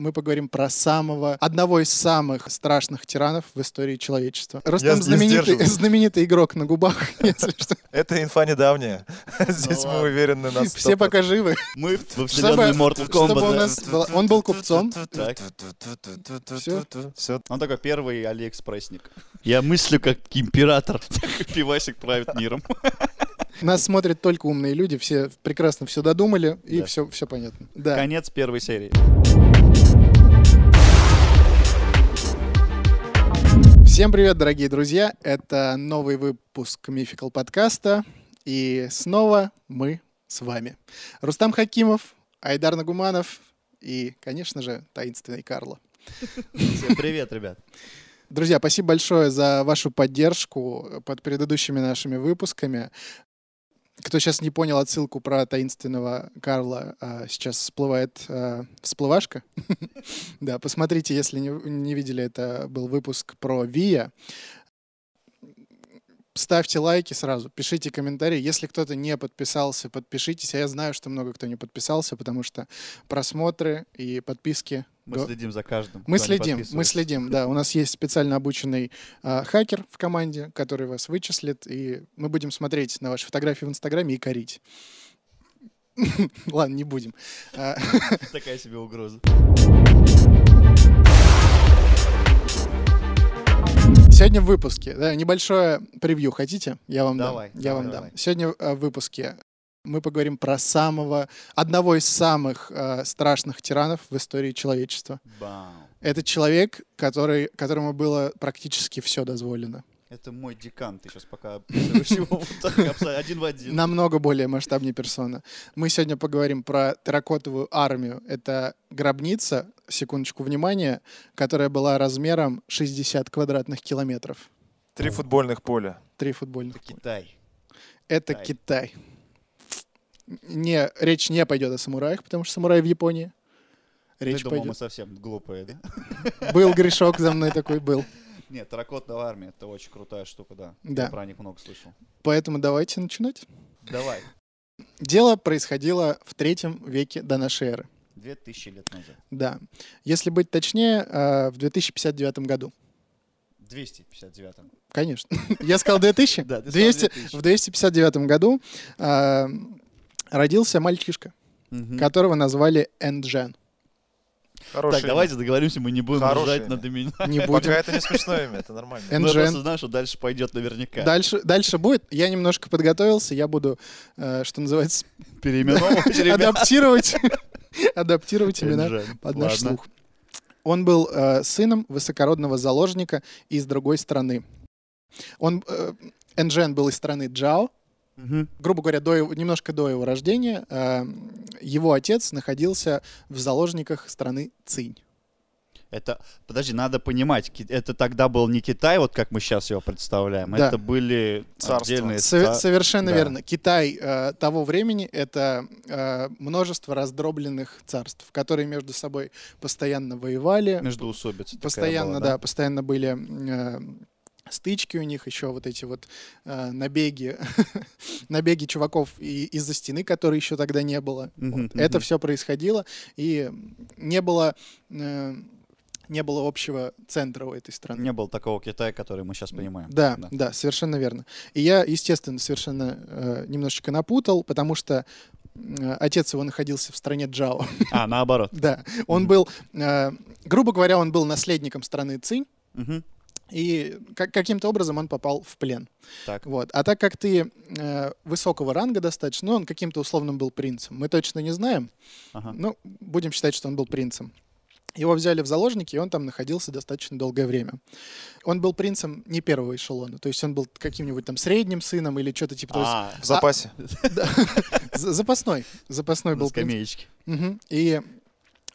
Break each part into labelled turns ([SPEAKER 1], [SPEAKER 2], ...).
[SPEAKER 1] Мы поговорим про самого, одного из самых страшных тиранов в истории человечества.
[SPEAKER 2] Я
[SPEAKER 1] Ростом
[SPEAKER 2] не
[SPEAKER 1] знаменитый,
[SPEAKER 2] сдерживаюсь.
[SPEAKER 1] знаменитый игрок на губах, если что.
[SPEAKER 2] Это инфа недавние. Здесь мы
[SPEAKER 3] ладно.
[SPEAKER 2] уверены на 100%.
[SPEAKER 1] Ну Все пока живы.
[SPEAKER 3] Мы во
[SPEAKER 1] Чтобы
[SPEAKER 3] вселенной Mortal
[SPEAKER 1] чтобы у
[SPEAKER 3] Kombat. да.
[SPEAKER 1] нас было- Он был купцом.
[SPEAKER 3] Так.
[SPEAKER 1] Всё?
[SPEAKER 2] Все.
[SPEAKER 3] Он такой первый Алиэкспрессник. Я мыслю как император. Пивасик правит миром.
[SPEAKER 1] Нас смотрят только умные люди, все прекрасно все додумали, и
[SPEAKER 3] Да.
[SPEAKER 1] все, все понятно. Да.
[SPEAKER 3] Конец первой серии.
[SPEAKER 1] Всем привет, дорогие друзья. Это новый выпуск Мификал подкаста. И снова мы с вами. Рустам Хакимов, Айдар Нагуманов и, конечно же, таинственный Карло.
[SPEAKER 3] Всем привет, ребят.
[SPEAKER 1] Друзья, спасибо большое за вашу поддержку под предыдущими нашими выпусками. Кто сейчас не понял отсылку про таинственного Карла, а, сейчас всплывает а, всплывашка. Да, посмотрите, если не не видели, это был выпуск про Вия. Ставьте лайки сразу, пишите комментарии. Если кто-то не подписался, подпишитесь. А я знаю, что много кто не подписался, потому что просмотры и подписки
[SPEAKER 3] Мы
[SPEAKER 1] Да.
[SPEAKER 3] следим за каждым.
[SPEAKER 1] мы
[SPEAKER 3] кто не
[SPEAKER 1] следим, мы
[SPEAKER 3] подписывается.
[SPEAKER 1] следим, да. У нас есть специально обученный а, хакер в команде, который вас вычислит, и мы будем смотреть на ваши фотографии в Инстаграме и корить. Ладно, не будем. А,
[SPEAKER 3] Такая себе угроза.
[SPEAKER 1] Сегодня в выпуске, да, небольшое превью хотите? Я вам
[SPEAKER 3] Давай,
[SPEAKER 1] дам. Я
[SPEAKER 3] давай,
[SPEAKER 1] вам
[SPEAKER 3] давай.
[SPEAKER 1] дам. Сегодня э, в выпуске мы поговорим про самого, одного из самых э, страшных тиранов в истории человечества.
[SPEAKER 3] Бам.
[SPEAKER 1] Это человек, который, которому было практически все дозволено.
[SPEAKER 3] Это мой декан, ты сейчас пока описываешь его вот так, абсо- один в один.
[SPEAKER 1] намного более масштабнее персона. Мы сегодня поговорим про терракотовую армию. Это гробница, секундочку внимания, которая была размером 60 квадратных километров.
[SPEAKER 2] Три футбольных поля.
[SPEAKER 1] Три футбольных.
[SPEAKER 3] Это Китай.
[SPEAKER 1] Это Китай. Не, речь не пойдет о самураях, потому что самураи в Японии.
[SPEAKER 3] Ты
[SPEAKER 1] Речь
[SPEAKER 3] думал, мы
[SPEAKER 1] пойдет.
[SPEAKER 3] совсем глупые, да?
[SPEAKER 1] Был грешок за мной такой был.
[SPEAKER 3] Нет, таракотная армия, это очень крутая штука, да.
[SPEAKER 1] Да.
[SPEAKER 3] Я про них много слышал.
[SPEAKER 1] Поэтому давайте начинать.
[SPEAKER 3] Давай,
[SPEAKER 1] Дело происходило в третьем веке до нашей эры.
[SPEAKER 3] две тысячи лет назад.
[SPEAKER 1] Да. Если быть точнее, э, в 2059 году.
[SPEAKER 3] 259
[SPEAKER 1] Конечно. Я сказал 2000?
[SPEAKER 3] Да, ты сказал
[SPEAKER 1] 200
[SPEAKER 3] 2000.
[SPEAKER 1] В 259 году э, родился мальчишка, которого назвали Энджен.
[SPEAKER 2] Хороший.
[SPEAKER 3] Так, давайте договоримся, мы не будем
[SPEAKER 2] Хорошее
[SPEAKER 3] ржать над имена.
[SPEAKER 1] Не
[SPEAKER 2] Пока
[SPEAKER 1] будем.
[SPEAKER 2] это не смешное имя, это нормально.
[SPEAKER 3] Ну, я просто
[SPEAKER 1] Энджен.
[SPEAKER 3] знаю, что дальше пойдет наверняка.
[SPEAKER 1] Дальше, дальше будет. Я немножко подготовился. Я буду, э, что называется,
[SPEAKER 3] Переименовывать ребят.
[SPEAKER 1] адаптировать, адаптировать имена
[SPEAKER 3] Энджен.
[SPEAKER 1] под наш
[SPEAKER 3] Ладно.
[SPEAKER 1] слух. Он был э, сыном высокородного заложника из другой страны. Он, э, Энджен был из страны Джао,
[SPEAKER 3] Мгм.
[SPEAKER 1] грубо говоря, до его- немножко до его рождения, э, его отец находился в заложниках страны Цинь.
[SPEAKER 3] Это, подожди, надо понимать, ки- это тогда был не Китай, вот как мы сейчас его представляем,
[SPEAKER 1] Да.
[SPEAKER 3] это были
[SPEAKER 2] Царство.
[SPEAKER 3] отдельные
[SPEAKER 1] Сове-
[SPEAKER 3] ста-
[SPEAKER 1] совершенно
[SPEAKER 3] да.
[SPEAKER 1] верно. Китай э, того времени — это э, множество раздробленных царств, которые между собой постоянно воевали,
[SPEAKER 3] междуусобицы. такая
[SPEAKER 1] постоянно,
[SPEAKER 3] была,
[SPEAKER 1] да? постоянно были э, стычки у них, еще вот эти вот э, набеги, набеги чуваков и- из-за стены, которые еще тогда не было.
[SPEAKER 3] Мгм,
[SPEAKER 1] Вот. Это
[SPEAKER 3] мгм.
[SPEAKER 1] все происходило, и не было, э, не было общего центра у этой страны.
[SPEAKER 3] Не было такого Китая, который мы сейчас понимаем.
[SPEAKER 1] Да, да, совершенно верно. И я, естественно, совершенно э, немножечко напутал, потому что э, отец его находился в стране Джао.
[SPEAKER 3] А, наоборот.
[SPEAKER 1] да, он
[SPEAKER 3] Мгм.
[SPEAKER 1] был, э, грубо говоря, он был наследником страны Цинь,
[SPEAKER 3] Мгм.
[SPEAKER 1] и как- каким-то образом он попал в плен.
[SPEAKER 3] Так.
[SPEAKER 1] Вот. А так как ты э, высокого ранга достаточно, ну, он каким-то условным был принцем, мы точно не знаем,
[SPEAKER 3] Ага.
[SPEAKER 1] ну, будем считать, что он был принцем. Его взяли в заложники, и он там находился достаточно долгое время. Он был принцем не первого эшелона, то есть он был каким-нибудь там средним сыном или что-то типа того.
[SPEAKER 3] А,
[SPEAKER 2] В запасе.
[SPEAKER 1] З- Запасной. Запасной
[SPEAKER 3] на
[SPEAKER 1] был принц.
[SPEAKER 3] скамеечке.
[SPEAKER 1] Мгм. И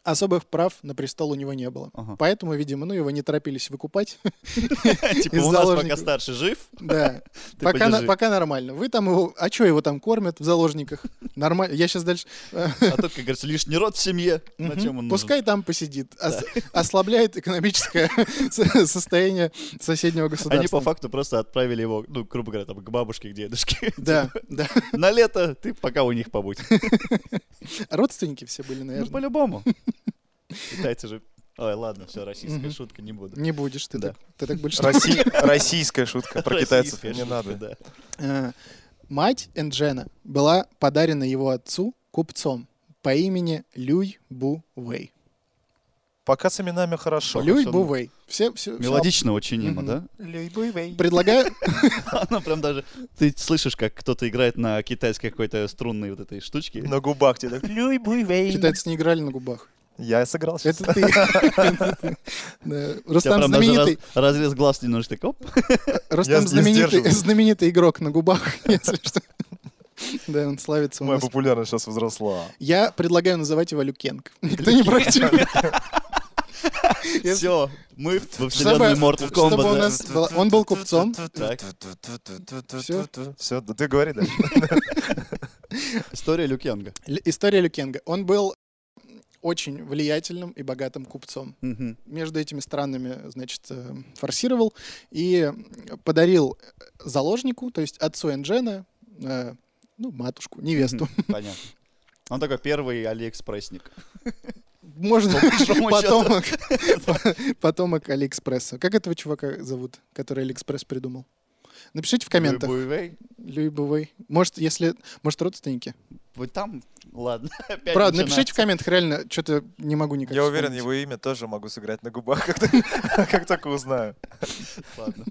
[SPEAKER 1] особых прав на престол у него не было.
[SPEAKER 3] Ага.
[SPEAKER 1] Поэтому, видимо, ну, его не торопились выкупать.
[SPEAKER 3] Типа
[SPEAKER 1] Из
[SPEAKER 3] у нас пока
[SPEAKER 1] заложников.
[SPEAKER 3] старший жив,
[SPEAKER 1] Да.
[SPEAKER 3] Ты
[SPEAKER 1] Пока, на-
[SPEAKER 3] подержи.
[SPEAKER 1] пока нормально. Вы там его... А что его там кормят в заложниках? Нормально. Я сейчас дальше...
[SPEAKER 3] а тут, как говорится, лишний род в семье. На
[SPEAKER 1] Мгм.
[SPEAKER 3] чем он нужен?
[SPEAKER 1] Пускай там посидит. Ос- Ослабляет экономическое со- состояние соседнего государства.
[SPEAKER 3] Они по факту просто отправили его, ну, грубо говоря, там, к бабушке, к дедушке.
[SPEAKER 1] Да,
[SPEAKER 3] типа
[SPEAKER 1] да.
[SPEAKER 3] На лето ты пока у них побудь.
[SPEAKER 1] Родственники все были,
[SPEAKER 3] Ну,
[SPEAKER 1] наверное.
[SPEAKER 3] по-любому. Китайцы же... Ой, ладно, все, российская
[SPEAKER 1] Мгм.
[SPEAKER 3] шутка, не буду.
[SPEAKER 1] Не будешь ты
[SPEAKER 3] Да.
[SPEAKER 1] так. Ты так больше не
[SPEAKER 2] Росси- Российская шутка про китайцев
[SPEAKER 3] Российская
[SPEAKER 2] не
[SPEAKER 3] шутка,
[SPEAKER 2] надо.
[SPEAKER 3] да.
[SPEAKER 1] Э, Мать Энджена была подарена его отцу купцом по имени Люй Бу Вэй.
[SPEAKER 2] Пока с именами хорошо.
[SPEAKER 1] Люй
[SPEAKER 3] он-
[SPEAKER 1] Бу Вэй. Все, все,
[SPEAKER 3] Мелодично очень има,
[SPEAKER 1] Мгм.
[SPEAKER 3] да?
[SPEAKER 1] все. Предлагаю,
[SPEAKER 3] Она прям даже... Ты слышишь, как кто-то играет на китайской какой-то струнной вот этой штучке.
[SPEAKER 2] На губах тебе так.
[SPEAKER 1] китайцы не играли на губах.
[SPEAKER 2] Я сыграл сейчас.
[SPEAKER 1] Это ты. Это ты. Да. Рустам
[SPEAKER 3] прям даже раз-
[SPEAKER 1] знаменитый.
[SPEAKER 3] разрез глаз немножко так, оп.
[SPEAKER 2] Я
[SPEAKER 1] Рустам
[SPEAKER 2] не
[SPEAKER 1] знаменитый,
[SPEAKER 2] сдерживаюсь.
[SPEAKER 1] знаменитый игрок на губах, если что. Да, он славится у
[SPEAKER 2] Моя
[SPEAKER 1] нас.
[SPEAKER 2] популярность сейчас возросла.
[SPEAKER 1] Я предлагаю называть его Люкенг. Никто не практикует. Если-
[SPEAKER 3] Все, мы во
[SPEAKER 1] Чтобы-
[SPEAKER 3] вселенной Mortal
[SPEAKER 1] чтобы у
[SPEAKER 3] Kombat. да.
[SPEAKER 1] нас была- Он был купцом.
[SPEAKER 3] Так.
[SPEAKER 1] Всё?
[SPEAKER 2] Все, ты говори дальше.
[SPEAKER 3] История Люкенга.
[SPEAKER 1] Л- История Люкенга. Он был очень влиятельным и богатым купцом.
[SPEAKER 3] Мгм.
[SPEAKER 1] Между этими странами, значит, э, форсировал и подарил заложнику, то есть отцу Энджена, э, ну, матушку, невесту.
[SPEAKER 3] Понятно. Он такой первый алиэкспрессник.
[SPEAKER 1] Можно
[SPEAKER 3] большому
[SPEAKER 1] потомок, потомок Алиэкспресса. Как этого чувака зовут, который Алиэкспресс придумал? Напишите в комментах.
[SPEAKER 3] Буйвей.
[SPEAKER 1] Любовый. Может, если... Может, родственники?
[SPEAKER 3] Вы там? Ладно. опять
[SPEAKER 1] Правда,
[SPEAKER 3] начинается.
[SPEAKER 1] напишите в комментах, реально, что-то не могу никак
[SPEAKER 2] Я уверен,
[SPEAKER 1] вспомнить.
[SPEAKER 2] его имя тоже могу сыграть на губах, как, как только узнаю.
[SPEAKER 3] Ладно.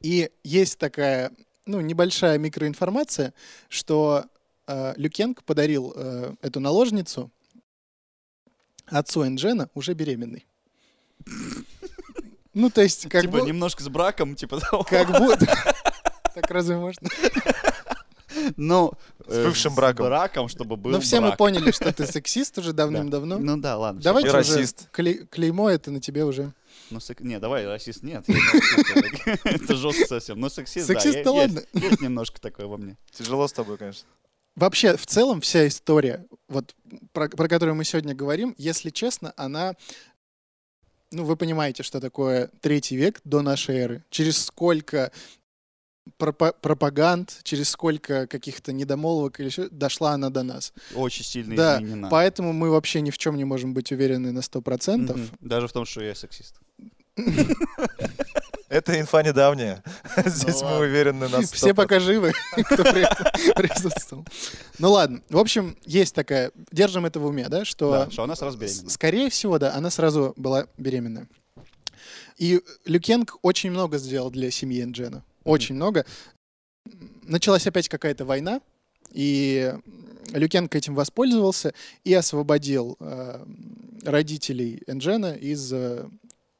[SPEAKER 1] И есть такая, ну, небольшая микроинформация, что э, Люкенг подарил э, эту наложницу отцу Энджена уже беременной. Ну, то есть, как
[SPEAKER 3] Типа
[SPEAKER 1] бы...
[SPEAKER 3] немножко с браком, типа того.
[SPEAKER 1] Как будто... Так разве можно?
[SPEAKER 3] Ну,
[SPEAKER 2] С
[SPEAKER 3] э,
[SPEAKER 2] бывшим браком.
[SPEAKER 3] С браком, чтобы был
[SPEAKER 1] Ну, все мы
[SPEAKER 3] брак.
[SPEAKER 1] поняли, что ты сексист уже давным-давно.
[SPEAKER 3] Ну да, ладно. всё,
[SPEAKER 1] Давайте
[SPEAKER 2] И
[SPEAKER 1] уже
[SPEAKER 2] расист.
[SPEAKER 1] кле- клеймо это на тебе уже.
[SPEAKER 3] Ну, сек- Не, давай, расист нет. я не расист, Это жестко совсем. Ну, сексист, да.
[SPEAKER 1] Сексист,
[SPEAKER 3] е-
[SPEAKER 1] да
[SPEAKER 3] есть-
[SPEAKER 1] ладно.
[SPEAKER 3] Есть немножко такое во мне.
[SPEAKER 2] Тяжело с тобой, конечно.
[SPEAKER 1] Вообще, в целом, вся история, вот про, про которую мы сегодня говорим, если честно, она. Ну, вы понимаете, что такое третий век до нашей эры. Через сколько пропа- пропаганд, через сколько каких-то недомолвок или еще дошла она до нас.
[SPEAKER 3] Очень сильно
[SPEAKER 1] Да,
[SPEAKER 3] изменена.
[SPEAKER 1] Поэтому мы вообще ни в чем не можем быть уверены на 100%.
[SPEAKER 3] Мгм. Даже в том, что я сексист.
[SPEAKER 2] Это инфа недавняя. Здесь мы
[SPEAKER 3] Ну ладно.
[SPEAKER 2] уверены на 100%.
[SPEAKER 1] Все пока живы, кто при этом присутствовал. Ну ладно, в общем, есть такая, держим это в уме, да, что
[SPEAKER 3] Да, что она сразу
[SPEAKER 1] с-
[SPEAKER 3] беременна.
[SPEAKER 1] скорее всего, да, она сразу была беременная. И Люкенг очень много сделал для семьи Энджена. Очень много. Началась опять какая-то война, и Люкенг этим воспользовался и освободил э, родителей Энджена из э,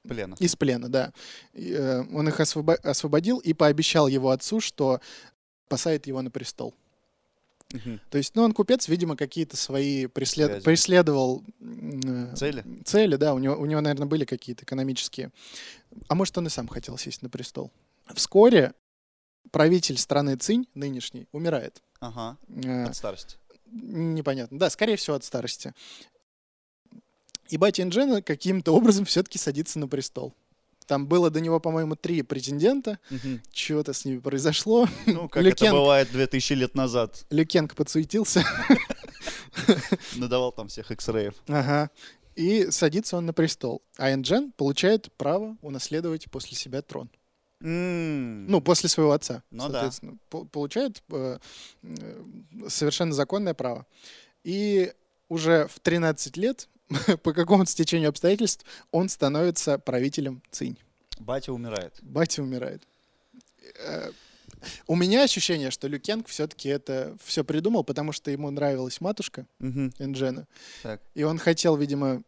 [SPEAKER 3] Плена.
[SPEAKER 1] из плена, да. И, э, он их освобо- освободил и пообещал его отцу, что посадит его на престол.
[SPEAKER 3] Мгм.
[SPEAKER 1] То есть, ну, он купец, видимо, какие-то свои преслед-
[SPEAKER 3] Связи.
[SPEAKER 1] преследовал м, э,
[SPEAKER 3] Цели?
[SPEAKER 1] цели, да, у него, у него, наверное, были какие-то экономические. А может, он и сам хотел сесть на престол. Вскоре правитель страны Цинь, нынешний, умирает.
[SPEAKER 3] Ага.
[SPEAKER 1] Э,
[SPEAKER 3] От старости.
[SPEAKER 1] непонятно. Да, скорее всего, от старости. И батя Инжена каким-то образом все-таки садится на престол. Там было до него, по-моему, три претендента.
[SPEAKER 3] Мгм.
[SPEAKER 1] Чего-то с ними произошло.
[SPEAKER 3] Ну, как это
[SPEAKER 1] Люкенко.
[SPEAKER 3] бывает 2000 лет назад.
[SPEAKER 1] Люкенко подсуетился.
[SPEAKER 3] Надавал там всех X-реев.
[SPEAKER 1] Ага. И садится он на престол. А Энджен получает право унаследовать после себя трон.
[SPEAKER 3] Ну,
[SPEAKER 1] Ну, после своего отца,
[SPEAKER 3] Ну да.
[SPEAKER 1] соответственно. По- Получает э, э, совершенно законное право. И уже в 13 лет, по какому-то стечению обстоятельств, он становится правителем Цинь.
[SPEAKER 3] батя умирает.
[SPEAKER 1] Батя умирает. Э, У меня ощущение, что Люкенг все-таки это все придумал, потому что ему нравилась матушка Энджена.
[SPEAKER 3] Так.
[SPEAKER 1] И он хотел, видимо,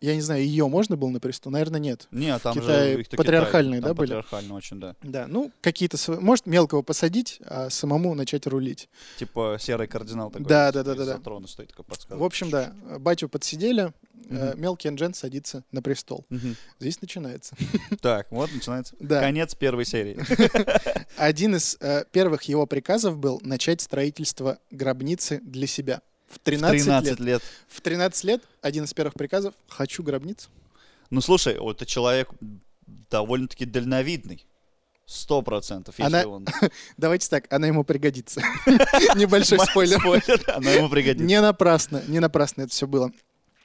[SPEAKER 1] я не знаю, ее можно было на престол? Наверное, нет.
[SPEAKER 3] Не, а там
[SPEAKER 1] Китай
[SPEAKER 3] же их-то
[SPEAKER 1] патриархальные,
[SPEAKER 3] Китай,
[SPEAKER 1] да,
[SPEAKER 3] там
[SPEAKER 1] были?
[SPEAKER 3] Патриархальные очень, да.
[SPEAKER 1] Да, ну, какие-то... свои- Может, мелкого посадить, а самому начать рулить.
[SPEAKER 3] Типа серый кардинал такой.
[SPEAKER 1] Да,
[SPEAKER 3] вот
[SPEAKER 1] да, да, да,
[SPEAKER 3] из-за
[SPEAKER 1] да.
[SPEAKER 3] трона стоит такой подсказывает.
[SPEAKER 1] В общем, да, батю подсидели, э,
[SPEAKER 3] Мгм.
[SPEAKER 1] мелкий Энджен садится на престол.
[SPEAKER 3] Мгм.
[SPEAKER 1] Здесь начинается.
[SPEAKER 3] Так, вот начинается.
[SPEAKER 1] Да.
[SPEAKER 3] Конец первой серии.
[SPEAKER 1] Один из э, первых его приказов был начать строительство гробницы для себя. В 13,
[SPEAKER 3] 13
[SPEAKER 1] лет.
[SPEAKER 3] лет.
[SPEAKER 1] В 13 лет один из первых приказов — хочу гробницу.
[SPEAKER 3] Ну, слушай, вот это человек довольно-таки дальновидный. Сто процентов, если
[SPEAKER 1] Она-
[SPEAKER 3] он...
[SPEAKER 1] Давайте так, она ему пригодится. Небольшой спойлер.
[SPEAKER 3] Спойлер, Она ему пригодится.
[SPEAKER 1] Не напрасно, не напрасно это все было.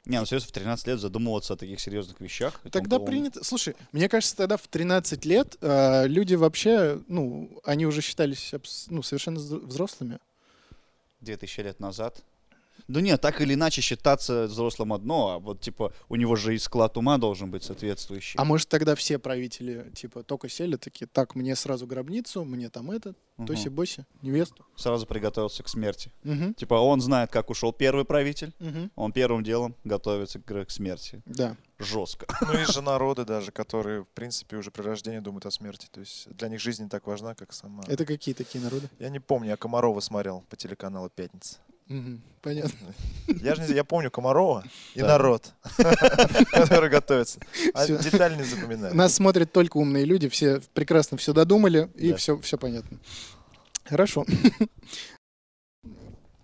[SPEAKER 3] Не, ну серьезно, в 13 лет задумываться о таких серьезных вещах. и тому
[SPEAKER 1] Тогда
[SPEAKER 3] подобное.
[SPEAKER 1] принято... Слушай, мне кажется, тогда в 13 лет э, люди вообще, ну, они уже считались абс- ну, совершенно взро- взрослыми.
[SPEAKER 3] 2000 лет назад. Ну нет, так или иначе считаться взрослым одно, а вот типа у него же и склад ума должен быть соответствующий.
[SPEAKER 1] А может, тогда все правители, типа, только сели такие, так, мне сразу гробницу, мне там этот,
[SPEAKER 3] Мгм.
[SPEAKER 1] тоси-боси, невесту.
[SPEAKER 3] Сразу приготовился к смерти.
[SPEAKER 1] Мгм,
[SPEAKER 3] Типа он знает, как ушел первый правитель,
[SPEAKER 1] мгм.
[SPEAKER 3] он первым делом готовится к, к смерти.
[SPEAKER 1] Да.
[SPEAKER 3] Жестко.
[SPEAKER 2] Ну, есть же народы даже, которые, в принципе, уже при рождении думают о смерти. То есть для них жизнь не так важна, как сама.
[SPEAKER 1] Это какие такие народы?
[SPEAKER 2] Я не помню, я Комарова смотрел по телеканалу «Пятница».
[SPEAKER 1] Мгм, Понятно.
[SPEAKER 2] Я же не- я помню Комарова и
[SPEAKER 3] Да.
[SPEAKER 2] народ, который готовится. А
[SPEAKER 1] Всё.
[SPEAKER 2] деталь не запоминаю.
[SPEAKER 1] Нас смотрят только умные люди, все прекрасно все додумали, и
[SPEAKER 3] Да.
[SPEAKER 1] все, все понятно. Хорошо.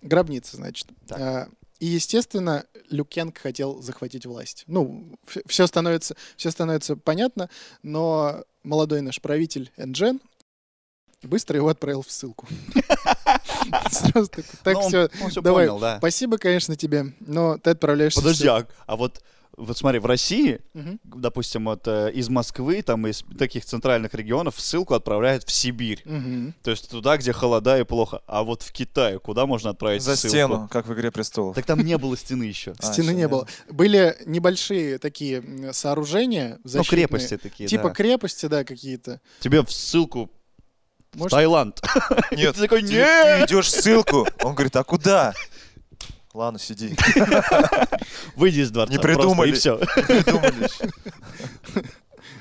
[SPEAKER 1] Гробница, значит.
[SPEAKER 3] Так.
[SPEAKER 1] А, И, естественно, Люкенг хотел захватить власть. Ну, все становится, все становится понятно, но молодой наш правитель Энджен быстро его отправил в ссылку. Сразу такой, так
[SPEAKER 3] Но Ну, он-
[SPEAKER 1] все.
[SPEAKER 3] он, все
[SPEAKER 1] давай.
[SPEAKER 3] понял, да.
[SPEAKER 1] Спасибо, конечно, тебе, но ты отправляешься в
[SPEAKER 3] Подожди,
[SPEAKER 1] ссылку.
[SPEAKER 3] а, а вот, вот смотри, в России,
[SPEAKER 1] Мгм.
[SPEAKER 3] допустим, вот э, из Москвы, там из таких центральных регионов ссылку отправляют в Сибирь.
[SPEAKER 1] Мгм.
[SPEAKER 3] То есть туда, где холода и плохо. А вот в Китае куда можно отправить
[SPEAKER 2] За
[SPEAKER 3] ссылку?
[SPEAKER 2] стену, как в «Игре престолов».
[SPEAKER 3] Так там не было стены еще.
[SPEAKER 2] А,
[SPEAKER 1] Стены
[SPEAKER 2] всё,
[SPEAKER 1] не
[SPEAKER 2] я-
[SPEAKER 1] было. Были небольшие такие м, сооружения
[SPEAKER 3] Ну,
[SPEAKER 1] защитные.
[SPEAKER 3] крепости такие,
[SPEAKER 1] Типа
[SPEAKER 3] да.
[SPEAKER 1] крепости, да, какие-то.
[SPEAKER 3] Тебе в ссылку в
[SPEAKER 1] Может-
[SPEAKER 3] Таиланд.
[SPEAKER 2] Нет,
[SPEAKER 3] Ты такой,
[SPEAKER 2] ты-
[SPEAKER 3] «Нет!»
[SPEAKER 2] ты идешь ссылку. Он говорит, а куда? Ладно, сиди.
[SPEAKER 3] Выйди из дворца.
[SPEAKER 2] Не
[SPEAKER 3] просто,
[SPEAKER 2] придумали.
[SPEAKER 3] И все.
[SPEAKER 2] Придумали ещё.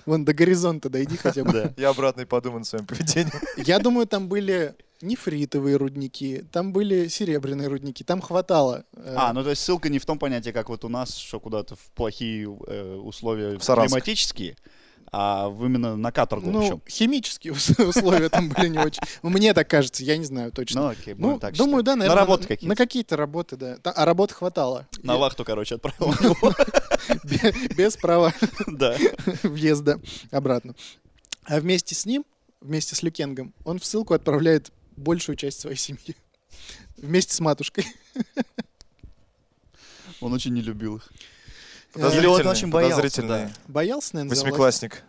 [SPEAKER 1] Вон до горизонта дойди хотя бы.
[SPEAKER 2] Я обратно и подумаю над своим поведением.
[SPEAKER 1] Я думаю, там были нефритовые рудники, там были серебряные рудники, там хватало. э,
[SPEAKER 3] А, ну то есть ссылка не в том понятии, как вот у нас, что куда-то в плохие э, условия
[SPEAKER 2] В Саранск.
[SPEAKER 3] климатические, а в- именно на каторгу в
[SPEAKER 1] ну,
[SPEAKER 3] общем.
[SPEAKER 1] химические ус- условия там были не очень. Ну, Мне так кажется, я не знаю точно.
[SPEAKER 3] Ну, окей, будем
[SPEAKER 1] Ну,
[SPEAKER 3] так
[SPEAKER 1] думаю,
[SPEAKER 3] считать.
[SPEAKER 1] да, наверное.
[SPEAKER 3] На работы
[SPEAKER 1] какие-то.
[SPEAKER 3] какие-то.
[SPEAKER 1] На какие-то работы, да. Та- А работ хватало.
[SPEAKER 3] На
[SPEAKER 1] Я-
[SPEAKER 3] вахту, короче, отправил его.
[SPEAKER 1] бе- Без права
[SPEAKER 3] Да.
[SPEAKER 1] въезда обратно. А вместе с ним, вместе с Люкенгом, он в ссылку отправляет большую часть своей семьи. Вместе с матушкой.
[SPEAKER 3] Он очень не любил их.
[SPEAKER 1] Или
[SPEAKER 3] он очень боялся,
[SPEAKER 2] подозрительный.
[SPEAKER 1] А, Боялся, наверное, за власть.
[SPEAKER 2] Восьмиклассник.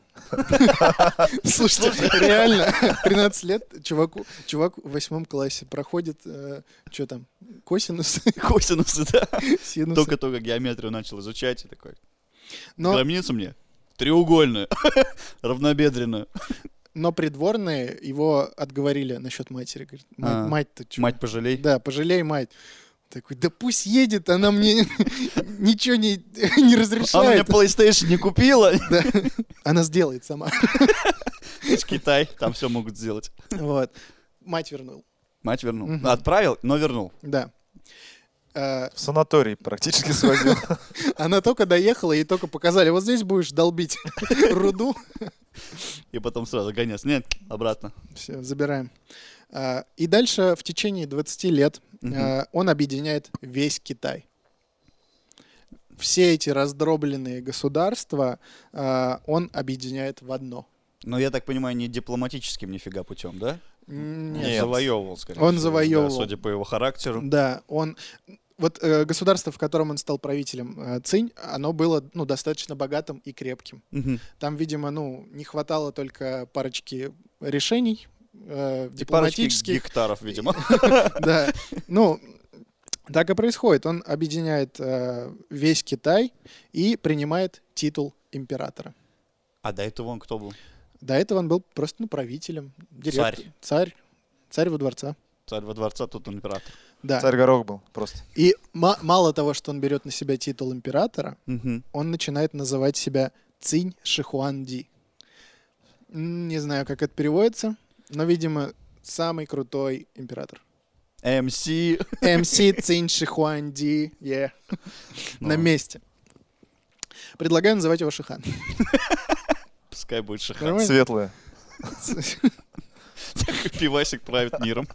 [SPEAKER 1] Слушайте, реально, 13 лет чуваку, чувак в восьмом классе проходит, что там, косинус,
[SPEAKER 3] Косинусы, да.
[SPEAKER 1] синус.
[SPEAKER 3] Только-только геометрию начал изучать и такой.
[SPEAKER 1] Но,
[SPEAKER 3] Гробницу мне? Треугольную. Равнобедренную.
[SPEAKER 1] но придворные его отговорили насчет матери. Говорит,
[SPEAKER 3] А,
[SPEAKER 1] мать, то
[SPEAKER 3] Мать пожалей.
[SPEAKER 1] Да, пожалей мать. Такой, да пусть едет, она мне ничего не, не
[SPEAKER 3] Она мне
[SPEAKER 1] разрешает.
[SPEAKER 3] PlayStation не купила.
[SPEAKER 1] Да. Она сделает сама.
[SPEAKER 3] Это ж Китай, там все могут сделать.
[SPEAKER 1] Вот. Мать вернул.
[SPEAKER 3] Мать вернул.
[SPEAKER 1] Мгм.
[SPEAKER 3] Отправил, но вернул.
[SPEAKER 1] Да. Э,
[SPEAKER 2] В санаторий практически свозил.
[SPEAKER 1] Она только доехала, ей только показали, вот здесь будешь долбить руду.
[SPEAKER 3] И потом сразу гонец. Нет, обратно.
[SPEAKER 1] Все, забираем. А, И дальше в течение 20 лет
[SPEAKER 3] Мгм.
[SPEAKER 1] а, он объединяет весь Китай. Все эти раздробленные государства а, он объединяет в одно.
[SPEAKER 3] Но я так понимаю, не дипломатическим нифига путем, да?
[SPEAKER 1] М,
[SPEAKER 3] Он
[SPEAKER 2] Нет.
[SPEAKER 3] завоевывал, скорее
[SPEAKER 1] Он
[SPEAKER 3] всего,
[SPEAKER 1] завоевывал.
[SPEAKER 3] да, судя по его характеру.
[SPEAKER 1] Да, он... Вот э, государство, в котором он стал правителем, э, Цинь, оно было ну, достаточно богатым и крепким.
[SPEAKER 3] Мгм.
[SPEAKER 1] Там, видимо, ну, не хватало только парочки решений э,
[SPEAKER 3] И парочки
[SPEAKER 1] дипломатических.
[SPEAKER 3] гектаров, видимо.
[SPEAKER 1] Да. Ну, так и происходит. Он объединяет э, весь Китай и принимает титул императора.
[SPEAKER 3] А до этого он кто был?
[SPEAKER 1] До этого он был просто ну, правителем. директор-
[SPEAKER 3] Царь.
[SPEAKER 1] Царь. Царь во дворца.
[SPEAKER 3] Царь во дворца, тут он император.
[SPEAKER 1] Да.
[SPEAKER 2] Царь Горох был просто.
[SPEAKER 1] И ма- мало того, что он берет на себя титул императора,
[SPEAKER 3] Мгм.
[SPEAKER 1] он начинает называть себя Цинь Шихуанди. М, Не знаю, как это переводится, но, видимо, самый крутой император.
[SPEAKER 3] МС.
[SPEAKER 1] МС Цинь Шихуанди. е.
[SPEAKER 3] Ну.
[SPEAKER 1] На месте. Предлагаю называть его Шихан.
[SPEAKER 3] Пускай будет шихан.
[SPEAKER 1] Нормально?
[SPEAKER 2] Светлые.
[SPEAKER 3] Пивасик правит миром.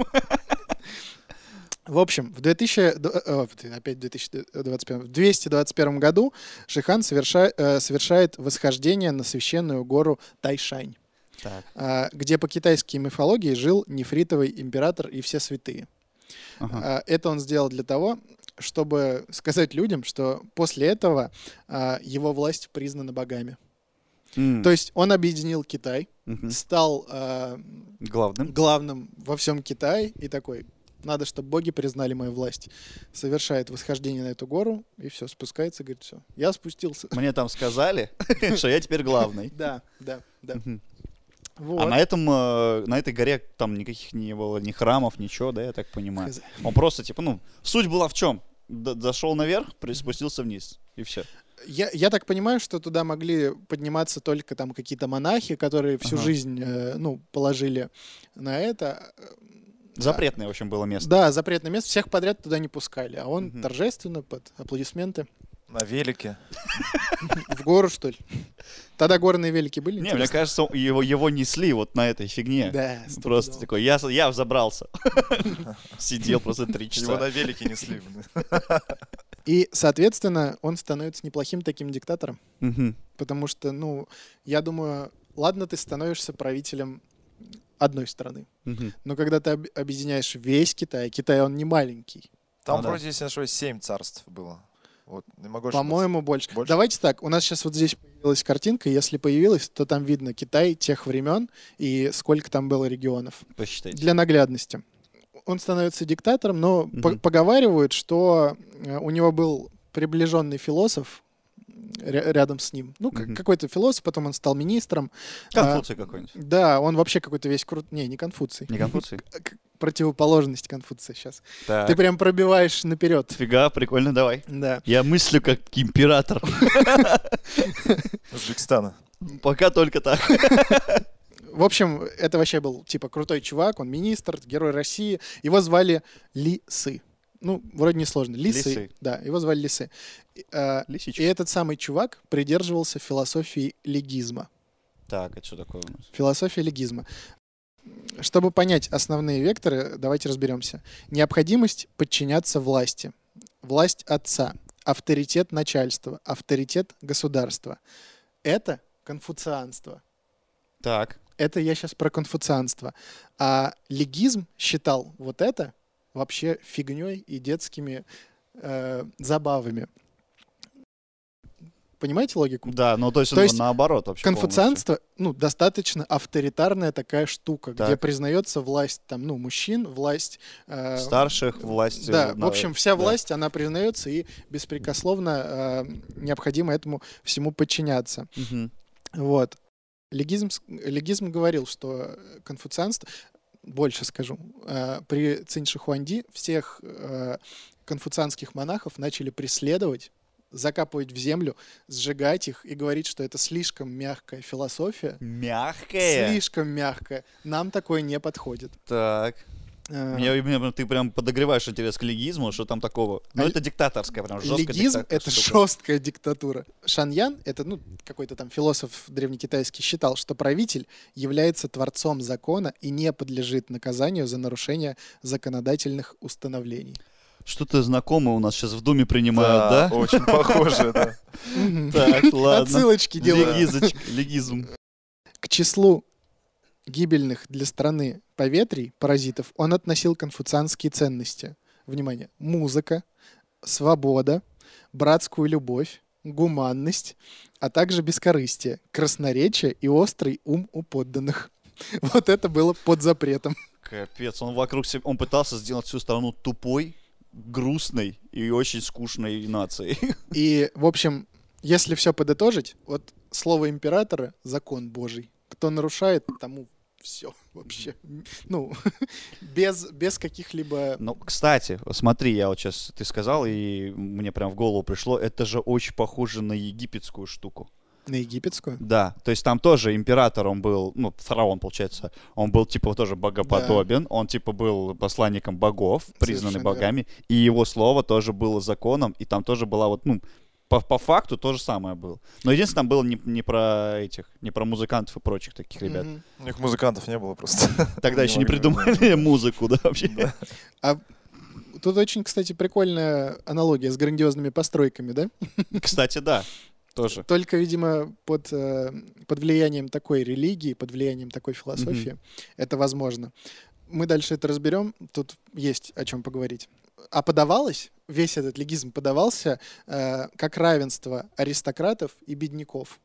[SPEAKER 1] В общем, в 2000, д- э, э, опять 2021, в 221 году Шихан соверша- э, совершает восхождение на священную гору Тайшань.
[SPEAKER 3] Так.
[SPEAKER 1] а, где по китайской мифологии жил нефритовый император и все святые.
[SPEAKER 3] Ага.
[SPEAKER 1] А, Это он сделал для того, чтобы сказать людям, что после этого а, его власть признана богами.
[SPEAKER 3] М,
[SPEAKER 1] То есть он объединил Китай,
[SPEAKER 3] мгм.
[SPEAKER 1] стал а,
[SPEAKER 3] Главным.
[SPEAKER 1] главным во всем Китае и такой, надо, чтобы боги признали мою власть. Совершает восхождение на эту гору и все, спускается, говорит, все, я спустился.
[SPEAKER 3] Мне там сказали, что я теперь главный.
[SPEAKER 1] Да, да, да.
[SPEAKER 3] Мгм.
[SPEAKER 1] Вот.
[SPEAKER 3] А на этом, э, на этой горе там никаких не было ни храмов, ничего, да, я так понимаю.
[SPEAKER 1] Хз.
[SPEAKER 3] Он просто, типа, ну, суть была в чем? Д- Зашел наверх, при- спустился вниз, и все.
[SPEAKER 1] Я, я так понимаю, что туда могли подниматься только там какие-то монахи, которые всю
[SPEAKER 3] Ага.
[SPEAKER 1] жизнь, э, ну, положили на это.
[SPEAKER 3] Запретное, в общем, было место.
[SPEAKER 1] Да, запретное место, всех подряд туда не пускали, а он
[SPEAKER 3] Мгм.
[SPEAKER 1] торжественно под аплодисменты
[SPEAKER 2] На велике.
[SPEAKER 1] в гору, что ли. Тогда горные велики были?
[SPEAKER 3] Не, мне
[SPEAKER 1] интересно?
[SPEAKER 3] кажется, его, его несли вот на этой фигне.
[SPEAKER 1] Да,
[SPEAKER 3] Просто
[SPEAKER 1] стопудово.
[SPEAKER 3] такой, я, с- я взобрался. Сидел просто три
[SPEAKER 2] Его на
[SPEAKER 3] часа.
[SPEAKER 2] велике несли. блин.
[SPEAKER 1] И, соответственно, он становится неплохим таким диктатором,
[SPEAKER 3] Мгм.
[SPEAKER 1] потому что, ну, я думаю, ладно, ты становишься правителем одной страны,
[SPEAKER 3] Мгм.
[SPEAKER 1] но когда ты об- объединяешь весь Китай, Китай, он не маленький,
[SPEAKER 2] Там
[SPEAKER 3] Ну да.
[SPEAKER 2] вроде, если не ошибаюсь, семь царств было. Вот, не могу ошибаться.
[SPEAKER 1] По-моему, больше.
[SPEAKER 2] Больше?
[SPEAKER 1] Давайте так, у нас сейчас вот здесь появилась картинка, если появилась, то там видно Китай тех времен и сколько там было регионов.
[SPEAKER 3] Посчитайте.
[SPEAKER 1] Для наглядности. Он становится диктатором, но
[SPEAKER 3] Мгм.
[SPEAKER 1] по- поговаривают, что э, у него был приближенный философ м, ря- рядом с ним. Ну, как-
[SPEAKER 3] Мгм.
[SPEAKER 1] какой-то философ, потом он стал министром.
[SPEAKER 3] Конфуций какой-нибудь.
[SPEAKER 1] Да, он вообще какой-то весь крут... Не, не Конфуций.
[SPEAKER 3] Не Конфуций?
[SPEAKER 1] Противоположность Конфуция сейчас.
[SPEAKER 3] Так.
[SPEAKER 1] Ты прям пробиваешь наперед.
[SPEAKER 3] Фига, прикольно, давай.
[SPEAKER 1] Да.
[SPEAKER 3] Я мыслю как император.
[SPEAKER 2] Узбекистана.
[SPEAKER 3] Пока только так.
[SPEAKER 1] В общем, это вообще был типа крутой чувак, он министр, герой России. Его звали Лисы. Ну, вроде несложно. Лисы.
[SPEAKER 3] Лисы.
[SPEAKER 1] Да, его звали Лисы. И, э, и
[SPEAKER 3] Лисичка.
[SPEAKER 1] этот самый чувак придерживался философии легизма.
[SPEAKER 3] Так, это что такое у нас?
[SPEAKER 1] Философия легизма. Чтобы понять основные векторы, давайте разберемся. Необходимость подчиняться власти. Власть отца. Авторитет начальства. Авторитет государства. Это конфуцианство.
[SPEAKER 3] Так.
[SPEAKER 1] Это я сейчас про конфуцианство. А легизм считал вот это вообще фигней и детскими э, забавами. Понимаете логику?
[SPEAKER 3] Да, ну то есть,
[SPEAKER 1] То
[SPEAKER 3] ну,
[SPEAKER 1] есть
[SPEAKER 3] наоборот вообще. полностью.
[SPEAKER 1] Конфуцианство, ну, достаточно авторитарная такая штука, где
[SPEAKER 3] Так.
[SPEAKER 1] признается власть, там, ну, мужчин, власть... э,
[SPEAKER 3] Старших, власть.
[SPEAKER 1] Да,
[SPEAKER 3] э,
[SPEAKER 1] в
[SPEAKER 3] на-
[SPEAKER 1] общем, вся
[SPEAKER 3] да.
[SPEAKER 1] власть, она признается и беспрекословно э, необходимо этому всему подчиняться.
[SPEAKER 3] Мгм.
[SPEAKER 1] Вот. Легизм, с- легизм говорил, что э, конфуцианство, больше скажу, э, при Цинь-Шихуанди всех э, конфуцианских монахов начали преследовать, закапывать в землю, сжигать их и говорить, что это слишком мягкая философия,
[SPEAKER 3] Мягкая.
[SPEAKER 1] слишком мягкая, нам такое не подходит.
[SPEAKER 3] Так.
[SPEAKER 1] Э,
[SPEAKER 3] Меня- меня прям- ты прям подогреваешь интерес к легизму, что там такого? Ну,
[SPEAKER 1] А
[SPEAKER 3] это диктаторская прям жесткая
[SPEAKER 1] Легизм —
[SPEAKER 3] диктаторская
[SPEAKER 1] это
[SPEAKER 3] штука.
[SPEAKER 1] жесткая диктатура. Шаньян — это ну, какой-то там философ древнекитайский считал, что правитель является творцом закона и не подлежит наказанию за нарушение законодательных установлений.
[SPEAKER 3] Что-то знакомое у нас сейчас в Думе принимают, да?
[SPEAKER 2] Очень похоже, да.
[SPEAKER 1] Мгм.
[SPEAKER 3] Так, ладно.
[SPEAKER 1] Отсылочки делаю.
[SPEAKER 3] Легизоч- Легизм.
[SPEAKER 1] К числу гибельных для страны поветрий, паразитов, он относил конфуцианские ценности. Внимание. Музыка, свобода, братскую любовь, гуманность, а также бескорыстие, красноречие и острый ум у подданных. Вот это было под запретом.
[SPEAKER 3] Капец, он вокруг себя, он пытался сделать всю страну тупой, грустной и очень скучной нацией.
[SPEAKER 1] И, в общем, если все подытожить, вот слово императора — закон божий. Кто нарушает, тому все вообще. Ну, без, без каких-либо...
[SPEAKER 3] Ну, кстати, смотри, я вот сейчас, ты сказал, и мне прям в голову пришло, это же очень похоже на египетскую штуку.
[SPEAKER 1] На египетскую?
[SPEAKER 3] Да, то есть там тоже император он был, ну, фараон, получается, он был, типа, тоже богоподобен, он, типа, был посланником богов, признанный
[SPEAKER 1] Совершенно
[SPEAKER 3] богами, и его слово тоже было законом, и там тоже была вот, ну, по, по факту то же самое было. Но единственное, там было не, не про этих, не про музыкантов и прочих таких ребят.
[SPEAKER 1] Мгм.
[SPEAKER 2] У них музыкантов не было просто.
[SPEAKER 3] Тогда еще не
[SPEAKER 2] могли, да.
[SPEAKER 3] придумали музыку, да, вообще.
[SPEAKER 2] Да.
[SPEAKER 1] Тут очень, кстати, прикольная аналогия с грандиозными постройками, да?
[SPEAKER 3] Кстати, да, тоже.
[SPEAKER 1] Только, видимо, под, э, под влиянием такой религии, под влиянием такой философии это возможно. Мы дальше это разберем, тут есть о чем поговорить. а подавалось, весь этот легизм подавался э, как равенство аристократов и бедняков.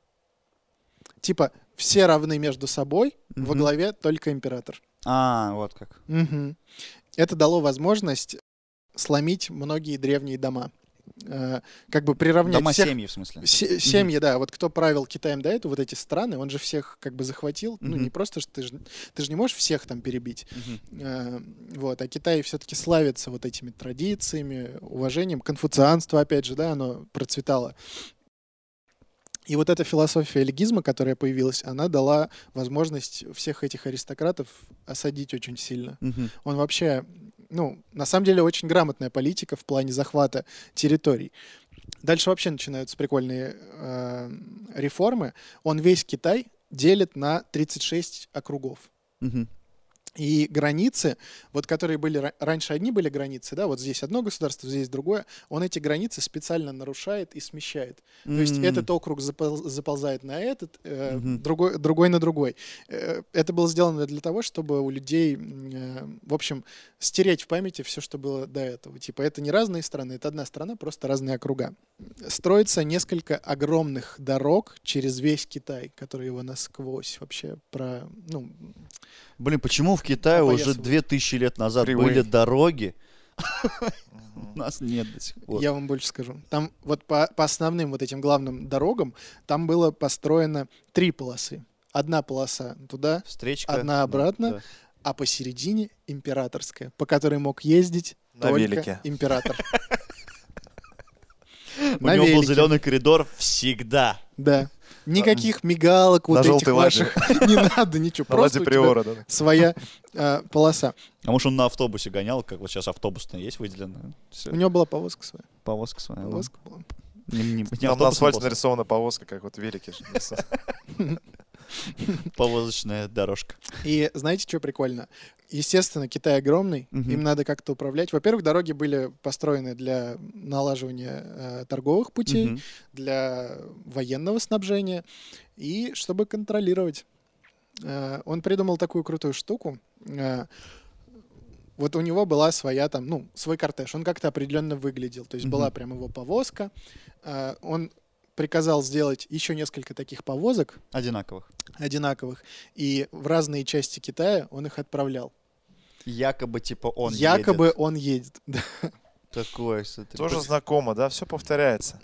[SPEAKER 1] Типа, все равны между собой, во
[SPEAKER 3] Мгм.
[SPEAKER 1] главе только император.
[SPEAKER 3] А, вот как.
[SPEAKER 1] Мгм. Это дало возможность сломить многие древние дома. Э, как бы приравнять
[SPEAKER 3] Дома
[SPEAKER 1] всех
[SPEAKER 3] семьи, в смысле.
[SPEAKER 1] Се- Семьи, да. Вот кто правил Китаем до этого, вот эти страны, он же всех как бы захватил. Ну,
[SPEAKER 3] Мгм.
[SPEAKER 1] не просто, что ты же, ты же не можешь всех там перебить.
[SPEAKER 3] Мгм.
[SPEAKER 1] Э, вот. А Китай все-таки славится вот этими традициями, уважением. Конфуцианство, опять же, да, оно процветало. И вот эта философия элегизма, которая появилась, она дала возможность всех этих аристократов осадить очень сильно.
[SPEAKER 3] Мгм.
[SPEAKER 1] Он вообще, ну, на самом деле очень грамотная политика в плане захвата территорий. Дальше вообще начинаются прикольные э, реформы. Он весь Китай делит на 36 округов.
[SPEAKER 3] Мгм.
[SPEAKER 1] И границы, вот которые были ра- раньше одни были границы, да, вот здесь одно государство, здесь другое, он эти границы специально нарушает и смещает. То есть
[SPEAKER 3] М.
[SPEAKER 1] этот округ запол- заползает на этот, э,
[SPEAKER 3] Мгм.
[SPEAKER 1] другой, другой на другой. Э, это было сделано для того, чтобы у людей, м, э, в общем, стереть в памяти все, что было до этого. Типа это не разные страны, это одна страна, просто разные округа. Строится несколько огромных дорог через весь Китай, которые его насквозь вообще про... Ну,
[SPEAKER 3] Блин, почему в Китае уже
[SPEAKER 1] Опоясывают.
[SPEAKER 3] 2000 лет назад
[SPEAKER 2] Фривей.
[SPEAKER 3] были дороги? У
[SPEAKER 2] Мгм.
[SPEAKER 3] нас нет до сих пор.
[SPEAKER 1] я вам больше скажу. Там вот по, по основным вот этим главным дорогам, там было построено три полосы. Одна полоса туда,
[SPEAKER 3] Встречка.
[SPEAKER 1] Одна
[SPEAKER 3] да,
[SPEAKER 1] обратно.
[SPEAKER 3] да.
[SPEAKER 1] а посередине императорская, по которой мог ездить
[SPEAKER 2] На
[SPEAKER 1] только
[SPEAKER 2] велике.
[SPEAKER 1] император.
[SPEAKER 3] У
[SPEAKER 1] На
[SPEAKER 3] него был
[SPEAKER 1] велике.
[SPEAKER 3] зеленый коридор всегда.
[SPEAKER 1] Да. Никаких мигалок
[SPEAKER 2] На
[SPEAKER 1] вот этих
[SPEAKER 2] желтой ладе.
[SPEAKER 1] ваших не надо, ничего.
[SPEAKER 2] На
[SPEAKER 1] Просто
[SPEAKER 2] Ладе
[SPEAKER 1] у тебя
[SPEAKER 2] Приора, да.
[SPEAKER 1] своя э, полоса.
[SPEAKER 3] А может, он на автобусе гонял, как вот сейчас автобусная есть выделена? Все,
[SPEAKER 1] У него была повозка своя.
[SPEAKER 3] повозка
[SPEAKER 2] А,
[SPEAKER 3] своя.
[SPEAKER 2] ну.
[SPEAKER 3] ладно.
[SPEAKER 1] Повозка была.
[SPEAKER 3] Не, не-
[SPEAKER 2] Там на
[SPEAKER 3] не автобусная
[SPEAKER 2] асфальте
[SPEAKER 3] повозка.
[SPEAKER 2] нарисована повозка, как вот велики. же нарисованы.
[SPEAKER 3] Повозочная дорожка.
[SPEAKER 1] И знаете, что прикольно? Естественно, Китай огромный,
[SPEAKER 3] Мгм.
[SPEAKER 1] им надо как-то управлять. Во-первых, дороги были построены для налаживания э, торговых путей,
[SPEAKER 3] Мгм.
[SPEAKER 1] для военного снабжения и чтобы контролировать. Э, Он придумал такую крутую штуку. Э, Вот у него была своя там, ну, свой кортеж. Он как-то определенно выглядел. То есть была
[SPEAKER 3] Мгм.
[SPEAKER 1] прям его повозка. Э, Он приказал сделать еще несколько таких повозок
[SPEAKER 3] Одинаковых.
[SPEAKER 1] одинаковых. И в разные части Китая он их отправлял.
[SPEAKER 3] Якобы, типа, он
[SPEAKER 1] Якобы
[SPEAKER 3] едет.
[SPEAKER 1] он едет. Да.
[SPEAKER 3] Такое, смотри.
[SPEAKER 2] Тоже знакомо, да? Все повторяется.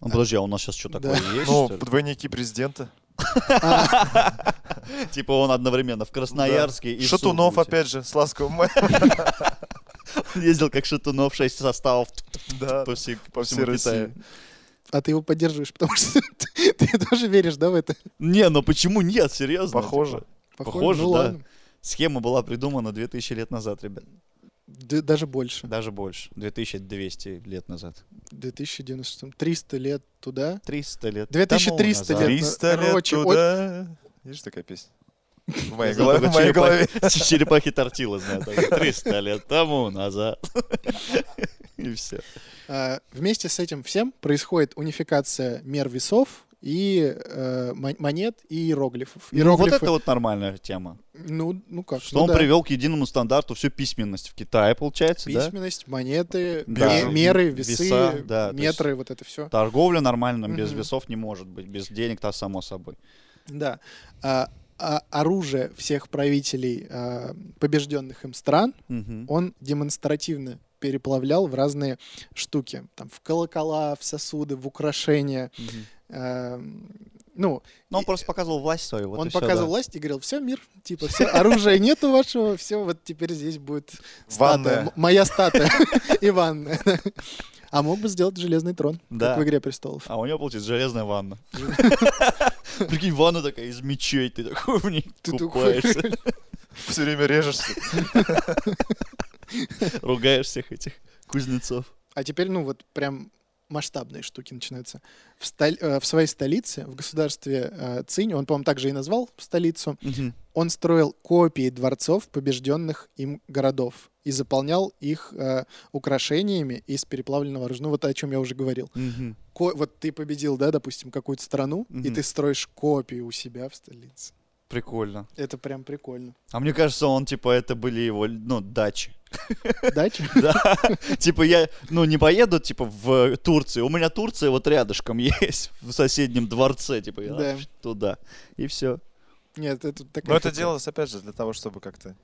[SPEAKER 3] Ну, подожди, а у нас сейчас что такое есть?
[SPEAKER 2] Ну,
[SPEAKER 3] что ли?
[SPEAKER 2] двойники президента.
[SPEAKER 3] Типа он одновременно в Красноярске и в
[SPEAKER 2] Шатунов,
[SPEAKER 3] Сургуте.
[SPEAKER 2] опять же, с ласковым мэром.
[SPEAKER 3] Ездил как Шатунов, 6 составов
[SPEAKER 2] Да.
[SPEAKER 3] по, всей,
[SPEAKER 2] По
[SPEAKER 3] по
[SPEAKER 2] всей
[SPEAKER 3] всему Китаю.
[SPEAKER 2] России.
[SPEAKER 1] А ты его поддерживаешь, потому что ты, ты тоже веришь, да, в это?
[SPEAKER 3] Не, ну почему нет, серьезно?
[SPEAKER 2] Похоже.
[SPEAKER 3] Типа, Похоже,
[SPEAKER 1] ну
[SPEAKER 3] да.
[SPEAKER 1] ладно.
[SPEAKER 3] Схема была придумана 2000 лет назад, ребят.
[SPEAKER 1] Д- даже больше.
[SPEAKER 3] Даже больше. 2200 лет назад.
[SPEAKER 1] 2096 300 лет туда.
[SPEAKER 3] 300 лет
[SPEAKER 1] 2300
[SPEAKER 3] тому назад.
[SPEAKER 1] лет.
[SPEAKER 2] 300 лет
[SPEAKER 1] Короче,
[SPEAKER 2] туда. Видишь, такая песня? В моей
[SPEAKER 3] Я забыл,
[SPEAKER 2] голове.
[SPEAKER 3] как
[SPEAKER 2] В моей голове.
[SPEAKER 3] черепахи- Черепахи тортила, знаю. так. 300 лет тому назад. И все.
[SPEAKER 1] А, вместе с этим всем происходит унификация мер весов и э, мон- монет и иероглифов.
[SPEAKER 3] Ну, вот
[SPEAKER 1] Иероглифы-
[SPEAKER 3] это вот нормальная тема.
[SPEAKER 1] ну, ну как?
[SPEAKER 3] Что
[SPEAKER 1] ну
[SPEAKER 3] он
[SPEAKER 1] да.
[SPEAKER 3] привел к единому стандарту всю письменность в Китае, получается, да?
[SPEAKER 1] Письменность, монеты,
[SPEAKER 3] Да.
[SPEAKER 1] ме- меры, весы,
[SPEAKER 3] Веса, да, то
[SPEAKER 1] метры, вот это все.
[SPEAKER 3] Торговля нормально, без
[SPEAKER 1] Мгм.
[SPEAKER 3] весов не может быть, без денег, то само собой.
[SPEAKER 1] Да. А, а оружие всех правителей а, побежденных им стран
[SPEAKER 3] Мгм.
[SPEAKER 1] он демонстративно переплавлял в разные штуки. Там в колокола, в сосуды, в украшения.
[SPEAKER 3] Мгм.
[SPEAKER 1] Э, ну,
[SPEAKER 3] Ну, он просто показывал власть свою. вот
[SPEAKER 1] он
[SPEAKER 3] и всё,
[SPEAKER 1] показывал
[SPEAKER 3] да.
[SPEAKER 1] власть и говорил, все, мир, типа, все, оружия нету вашего, все, вот теперь здесь будет статуя,
[SPEAKER 2] Ванная.
[SPEAKER 1] м- моя статуя и ванная. А мог бы сделать железный трон,
[SPEAKER 3] Да.
[SPEAKER 1] как в «Игре престолов».
[SPEAKER 3] А у него, получается, железная ванна. Прикинь, ванна такая из мечей, ты такой в ней
[SPEAKER 1] Ты такой.
[SPEAKER 3] купаешься,
[SPEAKER 2] Все время режешься.
[SPEAKER 3] ругаешь всех этих кузнецов.
[SPEAKER 1] А теперь, ну, вот прям масштабные штуки начинаются. В, столь- э, в своей столице, в государстве э, Цинь, он, по-моему, также и назвал столицу,
[SPEAKER 3] Мгм.
[SPEAKER 1] он строил копии дворцов побежденных им городов и заполнял их э, украшениями из переплавленного оружия. Ну, вот о чем я уже говорил.
[SPEAKER 3] Мгм.
[SPEAKER 1] Ко- вот ты победил, да, допустим, какую-то страну, и
[SPEAKER 3] Мгм.
[SPEAKER 1] ты строишь копию у себя в столице.
[SPEAKER 3] Прикольно.
[SPEAKER 1] Это прям прикольно.
[SPEAKER 3] А мне кажется, он, типа, это были его, ну, дачи.
[SPEAKER 1] Дача?
[SPEAKER 3] Да. Типа, я, ну, не поеду, типа, в Турцию. У меня Турция вот рядышком есть, в соседнем дворце, типа, я
[SPEAKER 1] Да.
[SPEAKER 3] туда. И все.
[SPEAKER 1] Нет, это такая...
[SPEAKER 2] Но
[SPEAKER 3] Ну,
[SPEAKER 2] это
[SPEAKER 1] фигня.
[SPEAKER 2] делалось, опять же, для того, чтобы как-то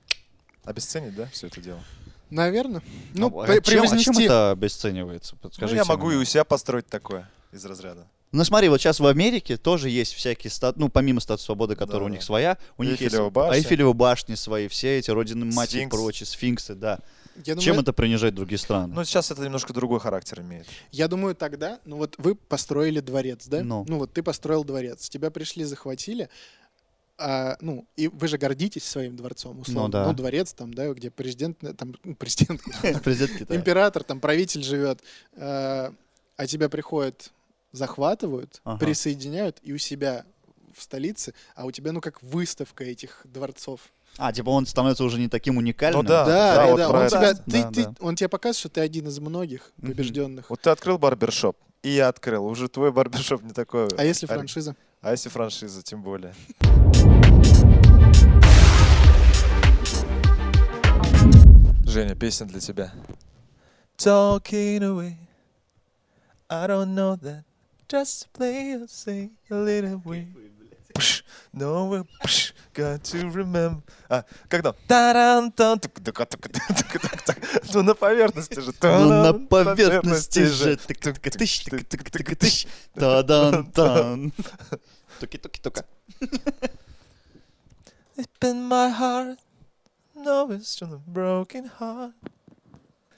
[SPEAKER 2] обесценить, да, все это дело.
[SPEAKER 1] Наверное. Ну,
[SPEAKER 3] а
[SPEAKER 1] пре-
[SPEAKER 3] чем, а чем
[SPEAKER 1] превознести-
[SPEAKER 3] это обесценивается? Подскажите.
[SPEAKER 2] ну, я могу
[SPEAKER 3] мне.
[SPEAKER 2] и у себя построить такое из разряда.
[SPEAKER 3] Ну смотри, вот сейчас в Америке тоже есть всякие стат, ну помимо статус свободы, которая у
[SPEAKER 2] Да.
[SPEAKER 3] них своя, у них есть
[SPEAKER 2] Эйфелева башня.
[SPEAKER 3] Эйфелева башни свои, все эти родины мать и
[SPEAKER 2] Сфинкс.
[SPEAKER 3] прочие, сфинксы, да.
[SPEAKER 1] Я думаю,
[SPEAKER 3] Чем это принижает другие страны?
[SPEAKER 2] Ну, сейчас это немножко другой характер имеет.
[SPEAKER 1] Я думаю, тогда, ну вот вы построили дворец, да?
[SPEAKER 3] Ну.
[SPEAKER 1] Ну вот ты построил дворец, тебя пришли, захватили, а, ну и вы же гордитесь своим дворцом, условно.
[SPEAKER 3] Ну да.
[SPEAKER 1] дворец там, да, где президент, э, там ну, президент,
[SPEAKER 3] Президент Китая.
[SPEAKER 1] император, там правитель живет, э, а тебя приходят, захватывают,
[SPEAKER 3] Ага.
[SPEAKER 1] присоединяют и у себя в столице, а у тебя ну как выставка этих дворцов.
[SPEAKER 3] А, типа он становится уже не таким уникальным.
[SPEAKER 2] Ну да.
[SPEAKER 1] да, да,
[SPEAKER 2] вот
[SPEAKER 1] да,
[SPEAKER 2] про
[SPEAKER 1] он
[SPEAKER 2] это.
[SPEAKER 1] тебя, ты-
[SPEAKER 3] Да,
[SPEAKER 1] ты-
[SPEAKER 3] да.
[SPEAKER 1] он тебе показывает, что ты один из многих
[SPEAKER 3] Мгм.
[SPEAKER 1] побежденных.
[SPEAKER 2] Вот ты открыл барбершоп, и я открыл. Уже твой барбершоп не такой.
[SPEAKER 1] А если
[SPEAKER 2] ори-
[SPEAKER 1] франшиза?
[SPEAKER 2] А если франшиза, тем более. Женя, песня для тебя. Talking away. I don't know that. Just play or sing a little way. Пш, no way, пш, got to remember. А, как там? Тарантан, тук, тук, тук, тук, тук, тук, тук. Ну, на поверхности же.
[SPEAKER 3] Ну, на
[SPEAKER 2] Таран,
[SPEAKER 3] поверхности же. Тык-тык-тыщ, тык-тык-тык-тыщ. Та-дан-тан. Туки-туки-тука.
[SPEAKER 2] It's been my heart. No, it's just a broken heart.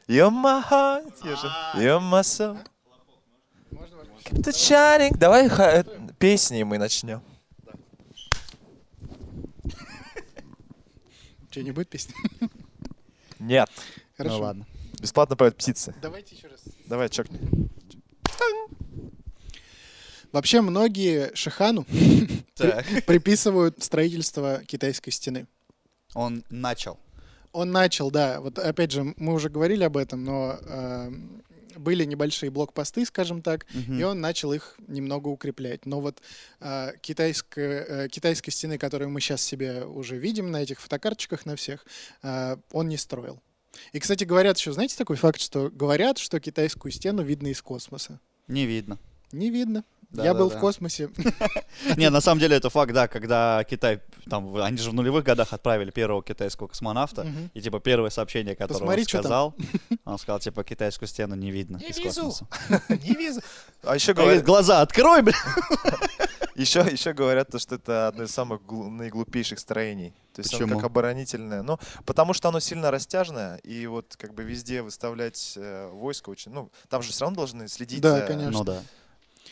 [SPEAKER 2] You're my heart. You're, же-
[SPEAKER 3] Ну,
[SPEAKER 2] you're my soul. Keep the shining. Давай ха- э, песни мы начнем.
[SPEAKER 1] Че, не будет песни?
[SPEAKER 2] Нет.
[SPEAKER 1] Хорошо.
[SPEAKER 3] Ну ладно.
[SPEAKER 2] Бесплатно поют птицы.
[SPEAKER 1] Давайте еще раз.
[SPEAKER 2] Давай, чокни.
[SPEAKER 1] Вообще многие Шихану
[SPEAKER 3] Так.
[SPEAKER 1] приписывают строительство китайской стены.
[SPEAKER 3] Он начал.
[SPEAKER 1] Он начал, да, вот опять же, мы уже говорили об этом, но э, были небольшие блокпосты, скажем так, и он начал их немного укреплять. Но вот э, китайская, э, китайской стены, которую мы сейчас себе уже видим на этих фотокарточках на всех, э, он не строил. И, кстати, говорят еще, знаете такой факт, что говорят, что китайскую стену видно из космоса.
[SPEAKER 3] Не видно.
[SPEAKER 1] Не видно.
[SPEAKER 3] Да,
[SPEAKER 1] Я
[SPEAKER 3] да,
[SPEAKER 1] был
[SPEAKER 3] да.
[SPEAKER 1] в космосе.
[SPEAKER 3] Не, на самом деле это факт, да, когда Китай, там, в- они же в нулевых годах отправили первого китайского космонавта,
[SPEAKER 1] Мгм.
[SPEAKER 3] и, типа, первое сообщение, которое
[SPEAKER 1] Посмотри,
[SPEAKER 3] он
[SPEAKER 1] чё там.
[SPEAKER 3] сказал, он сказал, типа, китайскую стену не видно
[SPEAKER 2] Не
[SPEAKER 3] из
[SPEAKER 2] вижу.
[SPEAKER 3] космоса.
[SPEAKER 2] Не вижу. А еще
[SPEAKER 3] Он говорит,
[SPEAKER 2] говорят,
[SPEAKER 3] глаза открой, блин!
[SPEAKER 2] еще, еще говорят, то, что это одно из самых глу- наиглупейших строений. То есть оно
[SPEAKER 3] Почему?
[SPEAKER 2] как оборонительное. Ну, потому что оно сильно растяжное, и вот как бы везде выставлять э, войско очень... Ну, там же все равно должны следить
[SPEAKER 1] Да,
[SPEAKER 2] за...
[SPEAKER 1] конечно.
[SPEAKER 3] Ну да.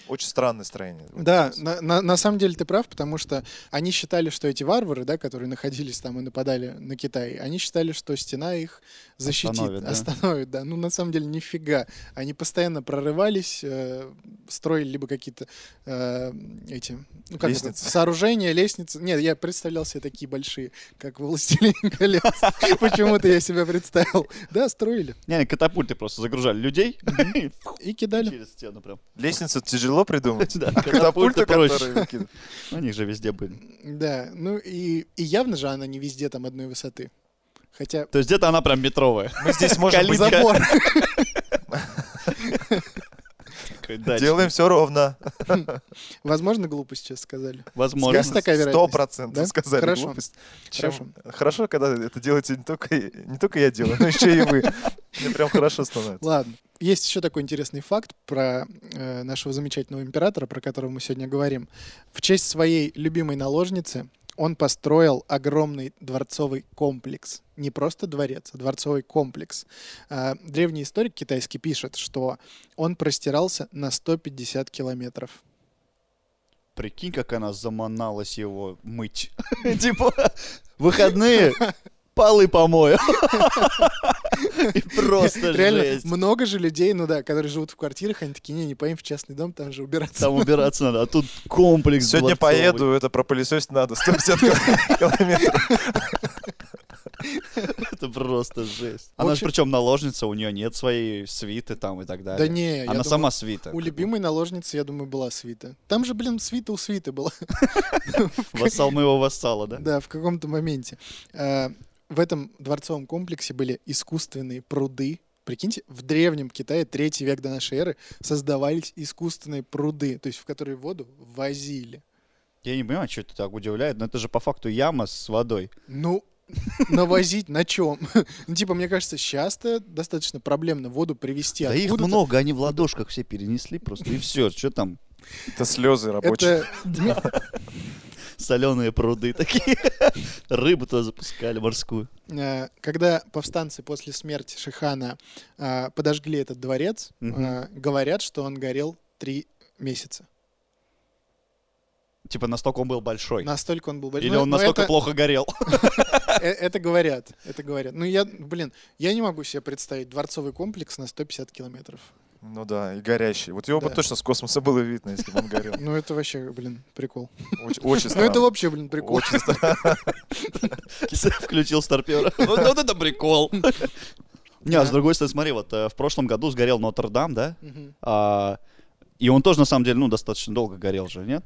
[SPEAKER 2] Очень странное строение.
[SPEAKER 1] Да, на, на- на самом деле ты прав, потому что они считали, что эти варвары, да, которые находились там и нападали на Китай, они считали, что стена их защитит,
[SPEAKER 3] Остановит,
[SPEAKER 1] остановит,
[SPEAKER 3] да.
[SPEAKER 1] да. Ну, на самом деле, нифига. Они постоянно прорывались, э, строили либо какие-то э, эти ну, как это,
[SPEAKER 2] Лестницы.
[SPEAKER 1] сооружения, лестницы. Нет, я представлял себе такие большие, как «Властелин колец». Почему-то я себя представил. Да, строили
[SPEAKER 3] Не, не, катапульты просто загружали людей и
[SPEAKER 1] и кидали.
[SPEAKER 3] через стену прям.
[SPEAKER 2] Лестницу тяжело придумать.
[SPEAKER 3] Да,
[SPEAKER 2] А катапульта,
[SPEAKER 3] катапульты проще.
[SPEAKER 2] которую выкидывают.
[SPEAKER 3] У них же везде были.
[SPEAKER 1] Да, ну и, и явно же она не везде там одной высоты. Хотя
[SPEAKER 3] То есть где-то она прям метровая.
[SPEAKER 2] Мы здесь можем быть...
[SPEAKER 3] Калитка.
[SPEAKER 2] как-
[SPEAKER 1] забор.
[SPEAKER 3] Такой дачник.
[SPEAKER 2] Делаем все ровно.
[SPEAKER 1] Возможно, глупость сейчас сказали.
[SPEAKER 3] типа, Возможно.
[SPEAKER 1] Есть такая
[SPEAKER 2] Сто
[SPEAKER 1] вероятность? Да?
[SPEAKER 2] процентов сказали
[SPEAKER 1] Хорошо.
[SPEAKER 2] глупость. Чем-
[SPEAKER 1] Хорошо.
[SPEAKER 2] Хорошо, когда это делаете не только, не только я делаю, но еще и вы. Мне прям хорошо становится.
[SPEAKER 1] Ладно. Есть еще такой интересный факт про э, нашего замечательного императора, про которого мы сегодня говорим. В честь своей любимой наложницы он построил огромный дворцовый комплекс. Не просто дворец, а дворцовый комплекс. Э, древний историк китайский пишет, что он простирался на 150 километров.
[SPEAKER 3] Прикинь, как она заманалась его мыть. Типа, выходные, полы помою. И просто
[SPEAKER 1] Реально,
[SPEAKER 3] жесть.
[SPEAKER 1] много же людей, ну да, которые живут в квартирах, они такие, не, не поим в частный дом, там же убираться.
[SPEAKER 3] Там убираться надо, а тут комплекс
[SPEAKER 2] Сегодня
[SPEAKER 3] дворцовый.
[SPEAKER 2] поеду, это пропылесосить надо. 150 километров.
[SPEAKER 3] Это Это просто жесть. Она же
[SPEAKER 1] общем-
[SPEAKER 3] причем наложница, у нее нет своей свиты там и так далее.
[SPEAKER 1] Да не, я
[SPEAKER 3] Она
[SPEAKER 1] думаю,
[SPEAKER 3] сама свита.
[SPEAKER 1] У любимой наложницы, я думаю, была свита. Там же, блин, свита у свиты была.
[SPEAKER 3] Вассал моего вассала, да?
[SPEAKER 1] Да, в каком-то моменте. Э, В этом дворцовом комплексе были искусственные пруды. Прикиньте, в древнем Китае, третий век до нашей эры, создавались искусственные пруды, то есть в которые воду возили.
[SPEAKER 3] Я не понимаю, что это так удивляет, но это же по факту яма с водой.
[SPEAKER 1] Ну, навозить на чем? Ну, типа, мне кажется, часто достаточно проблемно воду привезти
[SPEAKER 3] Да их
[SPEAKER 1] откуда-то.
[SPEAKER 3] много, они в ладошках все перенесли просто, и все. Что там?
[SPEAKER 2] Это слезы рабочие.
[SPEAKER 1] Это Дми-
[SPEAKER 3] Соленые пруды такие. Рыбу туда запускали морскую.
[SPEAKER 1] Э, Когда повстанцы после смерти Шихана э, подожгли этот дворец,
[SPEAKER 3] Мгм.
[SPEAKER 1] э, говорят, что он горел три месяца.
[SPEAKER 3] Типа настолько он был большой.
[SPEAKER 1] Настолько он был большой.
[SPEAKER 3] Или
[SPEAKER 1] Но-
[SPEAKER 3] он
[SPEAKER 1] но
[SPEAKER 3] настолько
[SPEAKER 1] это-
[SPEAKER 3] плохо горел.
[SPEAKER 1] э, Это говорят, это говорят. Ну я, блин, я не могу себе представить дворцовый комплекс на 150 километров.
[SPEAKER 2] Ну да, и горящий. Вот его бы
[SPEAKER 1] Да.
[SPEAKER 2] точно с космоса было видно, если бы он горел.
[SPEAKER 1] Ну это вообще, блин, прикол.
[SPEAKER 2] Очень, очень
[SPEAKER 1] Ну это
[SPEAKER 2] странно.
[SPEAKER 1] вообще, блин, прикол.
[SPEAKER 2] Очень странно.
[SPEAKER 3] Включил старпера. Вот Ну, вот это прикол. Не, а с другой стороны, смотри, вот э, в прошлом году сгорел Нотр-Дам, да?
[SPEAKER 1] Мгм.
[SPEAKER 3] А, И он тоже, на самом деле, ну, достаточно долго горел же, нет?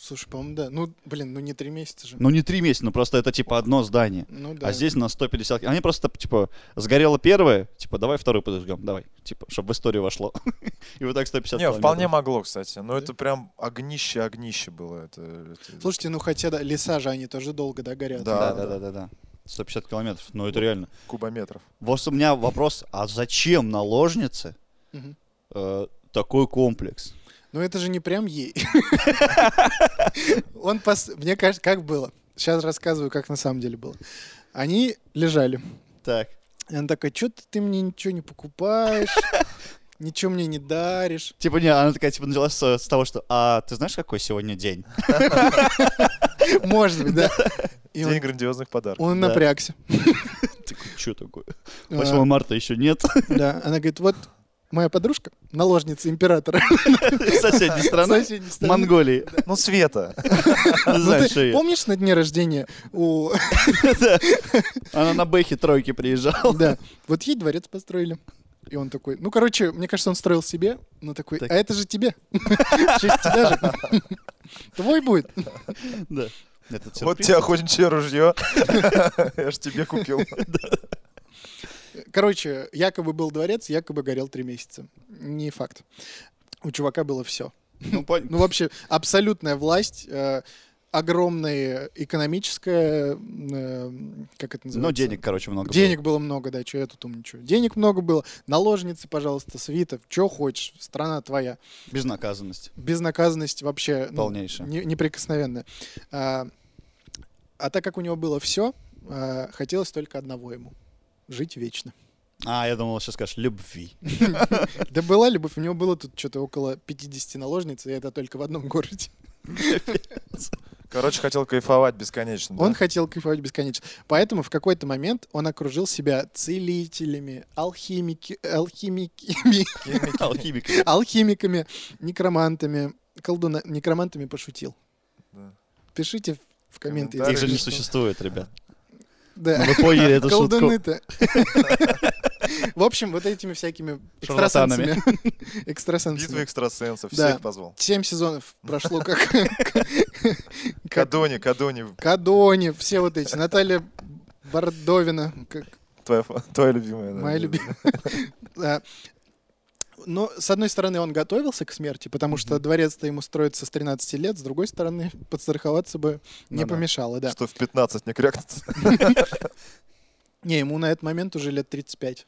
[SPEAKER 1] Слушай, по-моему, да. Ну, блин, ну не три месяца же.
[SPEAKER 3] Ну, не три месяца, ну, просто это, типа, одно здание.
[SPEAKER 1] Ну да.
[SPEAKER 3] А здесь на 150... Они просто, типа, сгорело первое, типа, давай вторую подожгем, давай, типа, чтобы в историю вошло. И вот так 150
[SPEAKER 2] Не, вполне
[SPEAKER 3] километров.
[SPEAKER 2] могло, кстати. Но это прям огнище-огнище было. Это, это-
[SPEAKER 1] Слушайте, ну хотя да, леса же они тоже долго, да, горят.
[SPEAKER 2] Да.
[SPEAKER 3] Да, да, да, да, да. 150 километров, ну, это реально.
[SPEAKER 2] кубометров.
[SPEAKER 3] Вот у меня вопрос, а зачем наложнице
[SPEAKER 1] Мгм.
[SPEAKER 3] э, такой комплекс?
[SPEAKER 1] Ну это же не прям ей. Он пос... Мне кажется, как было. Сейчас рассказываю, как на самом деле было. Они лежали.
[SPEAKER 3] Так.
[SPEAKER 1] И она такая, что ты мне ничего не покупаешь, ничего мне не даришь.
[SPEAKER 3] Типа, не, она такая, типа, началась с, с того, что, а ты знаешь, какой сегодня день?
[SPEAKER 1] Может быть, да. И
[SPEAKER 2] День
[SPEAKER 1] он,
[SPEAKER 2] грандиозных подарков.
[SPEAKER 1] он
[SPEAKER 3] да.
[SPEAKER 1] напрягся.
[SPEAKER 3] Такой, что такое?
[SPEAKER 1] А,
[SPEAKER 3] 8 марта еще нет.
[SPEAKER 1] Да, она говорит, вот моя подружка, наложница императора
[SPEAKER 3] Из Соседней страны.
[SPEAKER 1] соседней страны.
[SPEAKER 3] Монголии.
[SPEAKER 2] Ну, Света.
[SPEAKER 3] Не
[SPEAKER 1] Ну,
[SPEAKER 3] знаю,
[SPEAKER 1] ты
[SPEAKER 3] что я.
[SPEAKER 1] помнишь на дне рождения у...
[SPEAKER 3] Она на Бэхе тройки приезжала.
[SPEAKER 1] Да, вот ей дворец построили. И он такой, ну, короче, мне кажется, он строил себе, но такой,
[SPEAKER 3] Так.
[SPEAKER 1] а это же тебе. В честь тебя же. Твой будет.
[SPEAKER 3] Да. Это
[SPEAKER 2] Вот
[SPEAKER 3] сюрприз.
[SPEAKER 2] тебе охотничье ружье. Я ж тебе купил.
[SPEAKER 1] Короче, якобы был дворец, якобы горел три месяца. Не факт. У чувака было все.
[SPEAKER 3] Ну, пон-
[SPEAKER 1] Ну, вообще, абсолютная власть, э, огромная экономическая, э, как это называется?
[SPEAKER 3] Ну, денег, короче, много
[SPEAKER 1] Денег было много, да, что я тут умничаю. Денег много было, наложницы, пожалуйста, свитов, что хочешь, страна твоя.
[SPEAKER 3] было. Безнаказанность
[SPEAKER 1] Безнаказанность вообще ну,
[SPEAKER 3] полнейшая.
[SPEAKER 1] не- неприкосновенная. А, а так как у него было все, хотелось только одного ему. Жить вечно.
[SPEAKER 3] А, я думал, сейчас скажешь, любви.
[SPEAKER 1] Да была любовь, у него было тут что-то около 50 наложниц, и это только в одном городе.
[SPEAKER 2] Короче, хотел кайфовать бесконечно. да?
[SPEAKER 1] Он хотел кайфовать бесконечно. Поэтому в какой-то момент он окружил себя целителями, алхимики, алхимиками,
[SPEAKER 3] Алхимик.
[SPEAKER 1] алхимиками, некромантами, колдуна, некромантами пошутил.
[SPEAKER 2] Да.
[SPEAKER 1] Пишите в комменты. если
[SPEAKER 2] Комментарии.
[SPEAKER 3] Их же не
[SPEAKER 1] что.
[SPEAKER 3] существует, ребят. Ну,
[SPEAKER 1] Да.
[SPEAKER 3] Вы поняли эту шутку.
[SPEAKER 1] Колдуны-то. В общем, вот этими всякими
[SPEAKER 3] Шарлатанами.
[SPEAKER 1] экстрасенсами. Экстрасенсами.
[SPEAKER 2] Битва экстрасенсов.
[SPEAKER 1] Да.
[SPEAKER 2] Всех позвал.
[SPEAKER 1] Семь сезонов прошло как... как
[SPEAKER 2] Кадони, Кадони,
[SPEAKER 1] Кадони, все вот эти. Наталья Бордовина, как
[SPEAKER 2] твоя, фа- твоя любимая. да.
[SPEAKER 1] Моя любимая. Да. Но, с одной стороны, он готовился к смерти, потому что дворец-то ему строится с 13 лет, с другой стороны, подстраховаться бы не
[SPEAKER 3] Ну да.
[SPEAKER 1] помешало, да.
[SPEAKER 2] Что в 15 не крякнется.
[SPEAKER 1] Не, ему на этот момент уже лет 35.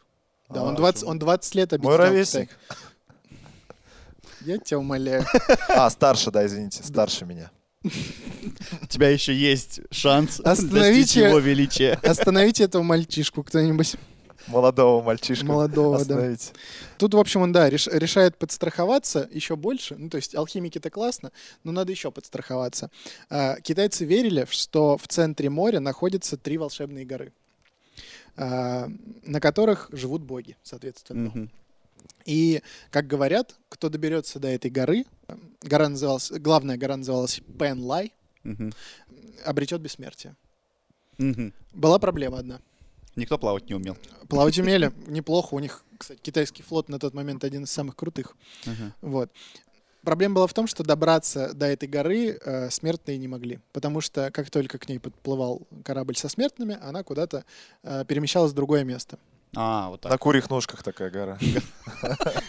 [SPEAKER 1] Да,
[SPEAKER 2] А,
[SPEAKER 1] он 20, он 20 лет
[SPEAKER 2] Мой
[SPEAKER 1] объединял
[SPEAKER 2] ровесник.
[SPEAKER 1] Китай. Я тебя умоляю.
[SPEAKER 2] А, старше, да, извините, старше меня.
[SPEAKER 3] У тебя еще есть шанс достичь
[SPEAKER 1] Остановите.
[SPEAKER 3] его величия.
[SPEAKER 1] Остановите этого мальчишку кто-нибудь
[SPEAKER 2] Молодого мальчишку.
[SPEAKER 1] молодого, да.
[SPEAKER 2] Остановите.
[SPEAKER 1] Тут, в общем, он, да, реш- решает подстраховаться еще больше. Ну, то есть алхимики-то классно, но надо еще подстраховаться. А, китайцы верили, что в центре моря находятся три волшебные горы, а, на которых живут боги, соответственно.
[SPEAKER 3] Мгм.
[SPEAKER 1] И, как говорят, кто доберется до этой горы, э, гора называлась, главная гора называлась Пен Лай,
[SPEAKER 3] Мгм.
[SPEAKER 1] обретет бессмертие.
[SPEAKER 3] Мгм.
[SPEAKER 1] Была проблема одна.
[SPEAKER 3] Никто плавать не умел.
[SPEAKER 1] Плавать умели, неплохо. У них, кстати, китайский флот на тот момент один из самых крутых.
[SPEAKER 3] Ага.
[SPEAKER 1] Вот. Проблема была в том, что добраться до этой горы э, смертные не могли, потому что как только к ней подплывал корабль со смертными, она куда-то э, перемещалась в другое место.
[SPEAKER 3] А, вот так.
[SPEAKER 2] На курьих ножках такая гора.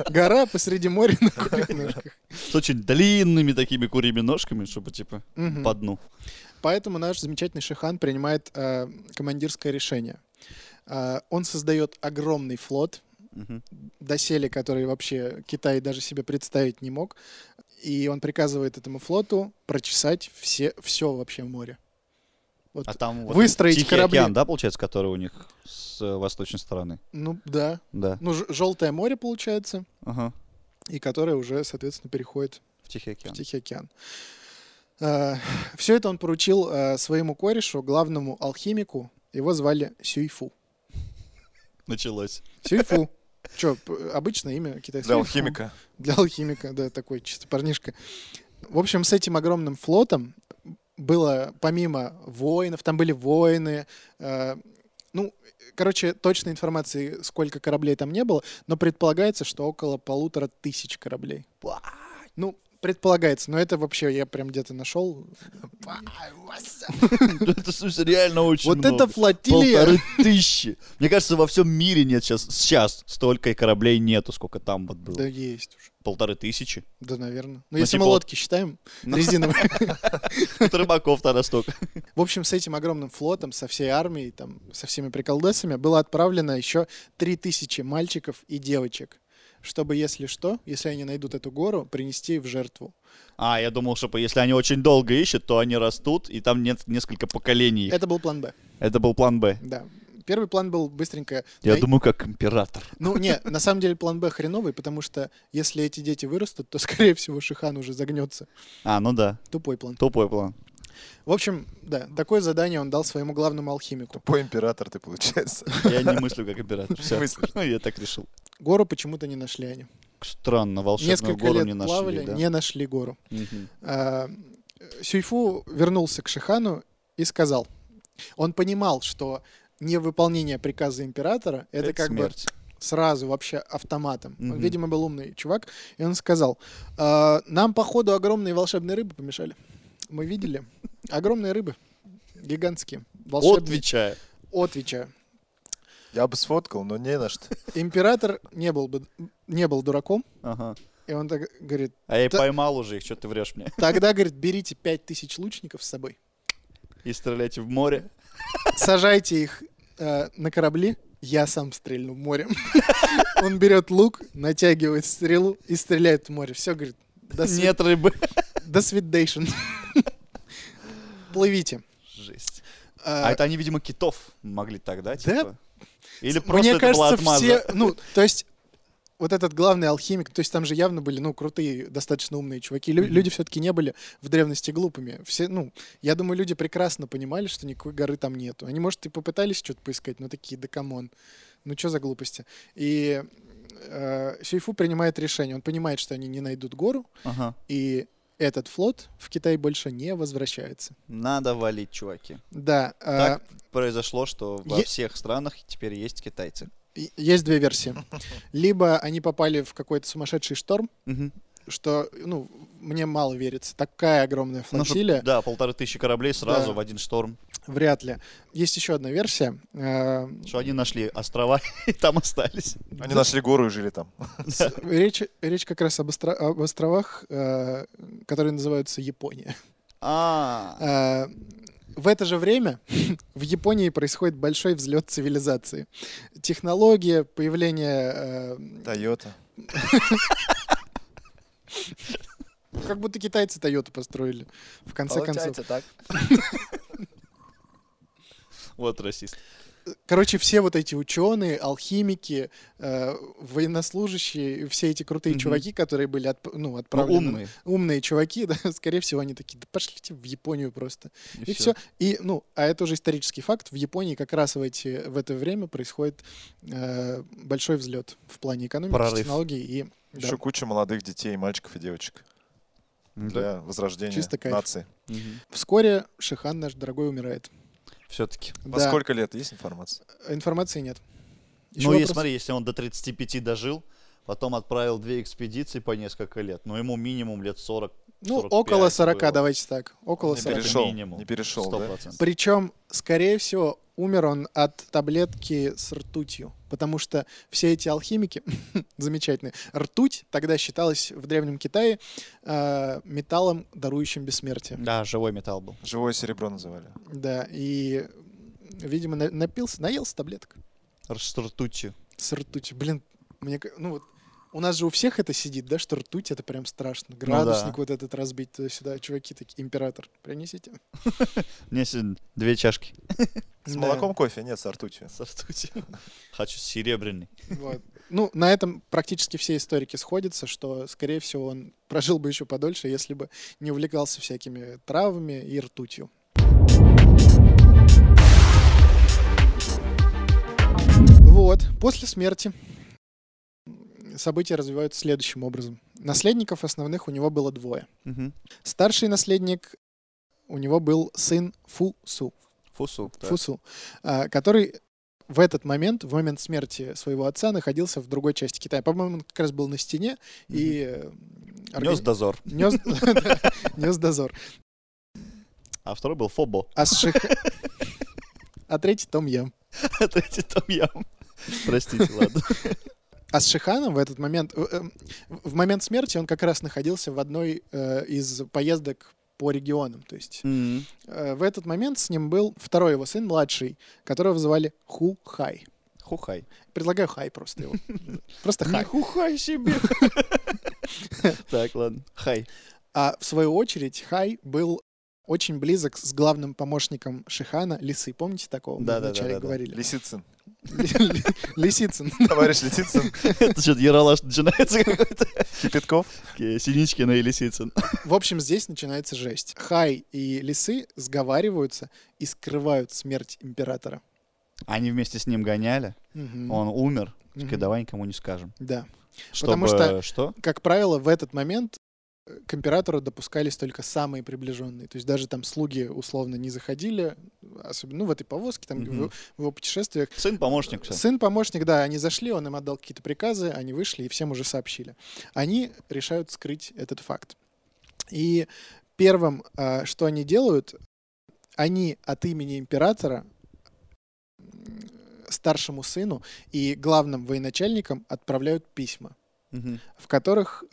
[SPEAKER 1] Гора посреди моря на курьих ножках.
[SPEAKER 3] С очень длинными такими курьими ножками, чтобы типа
[SPEAKER 1] Мгм.
[SPEAKER 3] по дну.
[SPEAKER 1] Поэтому наш замечательный Шихан принимает э, командирское решение. Э, он создает огромный флот,
[SPEAKER 3] Мгм.
[SPEAKER 1] доселе, который вообще Китай даже себе представить не мог. И он приказывает этому флоту прочесать все, все вообще в море. Вот.
[SPEAKER 3] А там вот
[SPEAKER 1] Выстроить
[SPEAKER 3] Тихий
[SPEAKER 1] корабли.
[SPEAKER 3] океан, да, получается, который у них с э, восточной стороны?
[SPEAKER 1] Ну да.
[SPEAKER 3] Да.
[SPEAKER 1] Ну, ж- желтое море получается,
[SPEAKER 3] Ага.
[SPEAKER 1] и которое уже, соответственно, переходит
[SPEAKER 3] В Тихий океан.
[SPEAKER 1] в Тихий океан. Все это он поручил э, своему корешу, главному алхимику. Его звали Сюйфу.
[SPEAKER 3] Началось.
[SPEAKER 1] Сюйфу. Че, обычное имя китайского.
[SPEAKER 2] Для
[SPEAKER 1] Сюйфу.
[SPEAKER 2] алхимика.
[SPEAKER 1] Для алхимика, да, такой чисто парнишка. В общем, с этим огромным флотом было, помимо воинов, там были воины, э, ну, короче, точной информации, сколько кораблей там не было, но предполагается, что около полутора тысяч кораблей. Ну, предполагается, но это вообще я прям где-то нашел.
[SPEAKER 3] Ну, Это в смысле, реально очень
[SPEAKER 1] Вот
[SPEAKER 3] много.
[SPEAKER 1] это флотилия!
[SPEAKER 3] Полторы тысячи. Мне кажется, во всем мире нет сейчас. Сейчас столько и кораблей нету, сколько там вот было.
[SPEAKER 1] Да есть уже.
[SPEAKER 3] Полторы тысячи.
[SPEAKER 1] Да, наверное. Ну,
[SPEAKER 3] Ну,
[SPEAKER 1] если мы
[SPEAKER 3] типа вот-
[SPEAKER 1] лодки считаем, резиновые.
[SPEAKER 3] Тут рыбаков-то столько.
[SPEAKER 1] В общем, с этим огромным флотом, со всей армией, там, со всеми приколдесами было отправлено еще 3000 мальчиков и девочек, чтобы, если что, если они найдут эту гору, принести в жертву.
[SPEAKER 3] А, я думал, что если они очень долго ищут, то они растут, и там нет несколько поколений.
[SPEAKER 1] Это был план Б,
[SPEAKER 3] Это был план Б.
[SPEAKER 1] да. Первый план был быстренько...
[SPEAKER 3] Я
[SPEAKER 1] най-
[SPEAKER 3] думаю, как император.
[SPEAKER 1] Ну, не, на самом деле план Б хреновый, потому что если эти дети вырастут, то, скорее всего, Шихан уже загнется.
[SPEAKER 3] А, ну да.
[SPEAKER 1] Тупой план.
[SPEAKER 3] Тупой план.
[SPEAKER 1] В общем, да, такое задание он дал своему главному алхимику.
[SPEAKER 2] По император ты, получается.
[SPEAKER 3] Я не мыслю, как император. Всё. Ну,
[SPEAKER 2] Мыслишь.
[SPEAKER 3] Я так решил.
[SPEAKER 1] Гору почему-то не нашли они.
[SPEAKER 3] Странно, волшебную
[SPEAKER 1] Несколько
[SPEAKER 3] гору
[SPEAKER 1] лет
[SPEAKER 3] не нашли.
[SPEAKER 1] плавали,
[SPEAKER 3] да?
[SPEAKER 1] не нашли гору.
[SPEAKER 3] Мгм.
[SPEAKER 1] А, Сюйфу вернулся к Шихану и сказал, он понимал, что невыполнение приказа императора это, как
[SPEAKER 3] смерть.
[SPEAKER 1] бы сразу вообще автоматом. Он,
[SPEAKER 3] Мгм.
[SPEAKER 1] видимо, был умный чувак, и он сказал, «А, нам походу огромные волшебные рыбы помешали. Мы видели огромные рыбы, гигантские, волшебные.
[SPEAKER 3] Отвечаю.
[SPEAKER 1] Отвечаю.
[SPEAKER 2] Я бы сфоткал, но не на что.
[SPEAKER 1] Император не был бы не был дураком,
[SPEAKER 3] Ага.
[SPEAKER 1] и он так говорит,
[SPEAKER 3] А я и
[SPEAKER 1] Та-
[SPEAKER 3] поймал уже их, что ты врешь мне.
[SPEAKER 1] тогда говорит, берите пять тысяч лучников с собой.
[SPEAKER 3] И стреляйте в море.
[SPEAKER 1] сажайте их э, на корабли, я сам стрельну в море. Он берет лук, натягивает стрелу и стреляет в море. Все, говорит, до, свид-
[SPEAKER 3] Нет рыбы.
[SPEAKER 1] до свидейшн. Плывите.
[SPEAKER 3] Жесть.
[SPEAKER 1] А,
[SPEAKER 3] А это они, видимо, китов могли тогда, типа. Или
[SPEAKER 1] Мне
[SPEAKER 3] просто это была
[SPEAKER 1] кажется,
[SPEAKER 3] отмаза.
[SPEAKER 1] все... Ну, то есть... Вот этот главный алхимик, то есть там же явно были, ну, крутые, достаточно умные чуваки. Лю- люди все-таки не были в древности глупыми. Все, ну, я думаю, люди прекрасно понимали, что никакой горы там нету. Они, может, и попытались что-то поискать, но такие, да камон, ну, что за глупости. И э, Сюйфу принимает решение. Он понимает, что они не найдут гору,
[SPEAKER 3] Ага.
[SPEAKER 1] и этот флот в Китай больше не возвращается.
[SPEAKER 3] Надо валить, чуваки.
[SPEAKER 1] Да, э,
[SPEAKER 3] Так произошло, что во
[SPEAKER 1] Е-
[SPEAKER 3] всех странах теперь есть китайцы.
[SPEAKER 1] и- есть две версии. Либо они попали в какой-то сумасшедший шторм, что, ну, мне мало верится. Такая огромная
[SPEAKER 3] Ну, чтоб-
[SPEAKER 1] флотилия,
[SPEAKER 3] да, полторы тысячи кораблей сразу
[SPEAKER 1] Да.
[SPEAKER 3] в один шторм.
[SPEAKER 1] вряд ли. Есть еще одна версия. Э,
[SPEAKER 3] Что они нашли острова и там остались.
[SPEAKER 2] Они нашли гору и жили там.
[SPEAKER 1] с- Речь, речь как раз об, остро- об островах, э, которые называются Япония.
[SPEAKER 3] А,
[SPEAKER 1] Э, в это же время в Японии происходит большой взлет цивилизации. Технология, появление... э,
[SPEAKER 2] Тойота.
[SPEAKER 1] как будто китайцы Тойоту построили, в конце концов.
[SPEAKER 2] так.
[SPEAKER 3] вот расист. Ну,
[SPEAKER 1] Короче, все вот эти ученые, алхимики, э, военнослужащие, все эти крутые
[SPEAKER 3] Мгм.
[SPEAKER 1] чуваки, которые были отп- ну,
[SPEAKER 3] Ну,
[SPEAKER 1] отправлены.
[SPEAKER 3] умный.
[SPEAKER 1] умные чуваки, да, скорее всего, они такие, да пошлите в Японию просто. И,
[SPEAKER 3] всё.
[SPEAKER 1] все. И, ну, а это уже исторический факт. В Японии как раз в, эти, в это время происходит э, большой взлет в плане экономики,
[SPEAKER 3] Прорыв.
[SPEAKER 1] технологий и да,
[SPEAKER 2] Еще куча молодых детей, мальчиков и девочек.
[SPEAKER 3] Мгм.
[SPEAKER 2] Для возрождения
[SPEAKER 1] Чисто кайф.
[SPEAKER 2] нации.
[SPEAKER 3] Мгм.
[SPEAKER 1] Вскоре Шихан наш дорогой умирает.
[SPEAKER 3] все-таки.
[SPEAKER 2] Во
[SPEAKER 1] Да.
[SPEAKER 2] сколько лет есть информация?
[SPEAKER 1] Информации нет. Еще
[SPEAKER 3] Ну, и
[SPEAKER 1] вопрос?
[SPEAKER 3] смотри, если он до 35 дожил, потом отправил две экспедиции по несколько лет, но ему минимум лет 40.
[SPEAKER 1] Ну,
[SPEAKER 3] 45
[SPEAKER 1] около 40,
[SPEAKER 3] было.
[SPEAKER 1] давайте так. Около
[SPEAKER 2] Не
[SPEAKER 1] 40.
[SPEAKER 3] Это
[SPEAKER 2] перешел,
[SPEAKER 3] минимум.
[SPEAKER 2] не перешел, да?
[SPEAKER 3] 100%.
[SPEAKER 1] Причем, скорее всего, умер он от таблетки с ртутью, потому что все эти алхимики замечательные. Ртуть тогда считалась в Древнем Китае э, металлом, дарующим бессмертие.
[SPEAKER 3] Да, живой металл был.
[SPEAKER 2] Живое серебро называли.
[SPEAKER 1] Да, и, видимо, на- напился, наелся таблеток
[SPEAKER 3] С ртутью.
[SPEAKER 1] с ртутью. Блин, мне, ка- ну вот, у нас же у всех это сидит, да, что ртуть это прям страшно. Градусник вот этот разбить туда-сюда. Чуваки такие, император, принесите.
[SPEAKER 3] Мне сегодня две чашки.
[SPEAKER 2] С
[SPEAKER 1] Да.
[SPEAKER 2] молоком кофе? Нет, с ртутью.
[SPEAKER 3] С ртутью. Хочу серебряный.
[SPEAKER 1] Вот. Ну, на этом практически все историки сходятся, что, скорее всего, он прожил бы еще подольше, если бы не увлекался всякими травами и ртутью. Вот, после смерти события развиваются следующим образом. Наследников основных у него было двое.
[SPEAKER 3] Мгм.
[SPEAKER 1] Старший наследник у него был сын Фусу.
[SPEAKER 3] Фусу. так.
[SPEAKER 1] Фусу, а, который в этот момент, в момент смерти своего отца, находился в другой части Китая. По-моему, он как раз был на стене и... э,
[SPEAKER 3] Нёс
[SPEAKER 1] органи-
[SPEAKER 3] дозор.
[SPEAKER 1] Нёс нёс дозор.
[SPEAKER 3] А второй был Фобо.
[SPEAKER 1] А с Ших- А третий том я.
[SPEAKER 3] А третий Том Ям. Простите, ладно.
[SPEAKER 1] А с Шиханом в этот момент... э, э, В момент смерти он как раз находился в одной э, из поездок по регионам. То есть
[SPEAKER 3] Мгм.
[SPEAKER 1] э, в этот момент с ним был второй его сын, младший, которого звали Ху Хай.
[SPEAKER 3] Хухай.
[SPEAKER 1] Предлагаю Хай просто его. Просто
[SPEAKER 3] Не
[SPEAKER 1] Хай.
[SPEAKER 3] хухай себе. Так, ладно. Хай.
[SPEAKER 1] А в свою очередь Хай был очень близок с главным помощником Шихана Лисы. Помните такого? Мы
[SPEAKER 3] Да-да-да-да-да.
[SPEAKER 1] вначале говорили.
[SPEAKER 2] Лисицын.
[SPEAKER 1] Лисицын.
[SPEAKER 2] Товарищ Лисицын,
[SPEAKER 3] Это что-то яралаш начинается какой-то.
[SPEAKER 2] Кипятков.
[SPEAKER 3] Окей, Синичкина и Лисицын.
[SPEAKER 1] В общем, здесь начинается жесть. Хай и Лисы сговариваются и скрывают смерть императора.
[SPEAKER 3] Они вместе с ним гоняли.
[SPEAKER 1] Мгм.
[SPEAKER 3] Он умер.
[SPEAKER 1] Мгм.
[SPEAKER 3] Такие, давай никому не скажем.
[SPEAKER 1] Да. Потому
[SPEAKER 3] Чтобы
[SPEAKER 1] что-
[SPEAKER 3] что... что?
[SPEAKER 1] Как правило, в этот момент э, к императору допускались только самые приближенные. То есть даже там слуги условно не заходили, особенно ну, в этой повозке, там, в-
[SPEAKER 3] Мгм.
[SPEAKER 1] в его путешествиях.
[SPEAKER 3] Сын помощник. всё.
[SPEAKER 1] Сын помощник, да, они зашли, он им отдал какие-то приказы, они вышли и всем уже сообщили. Они решают скрыть этот факт. И первым, а, что они делают, они от имени императора м, старшему сыну и главным военачальникам отправляют письма,
[SPEAKER 3] Мгм.
[SPEAKER 1] в которых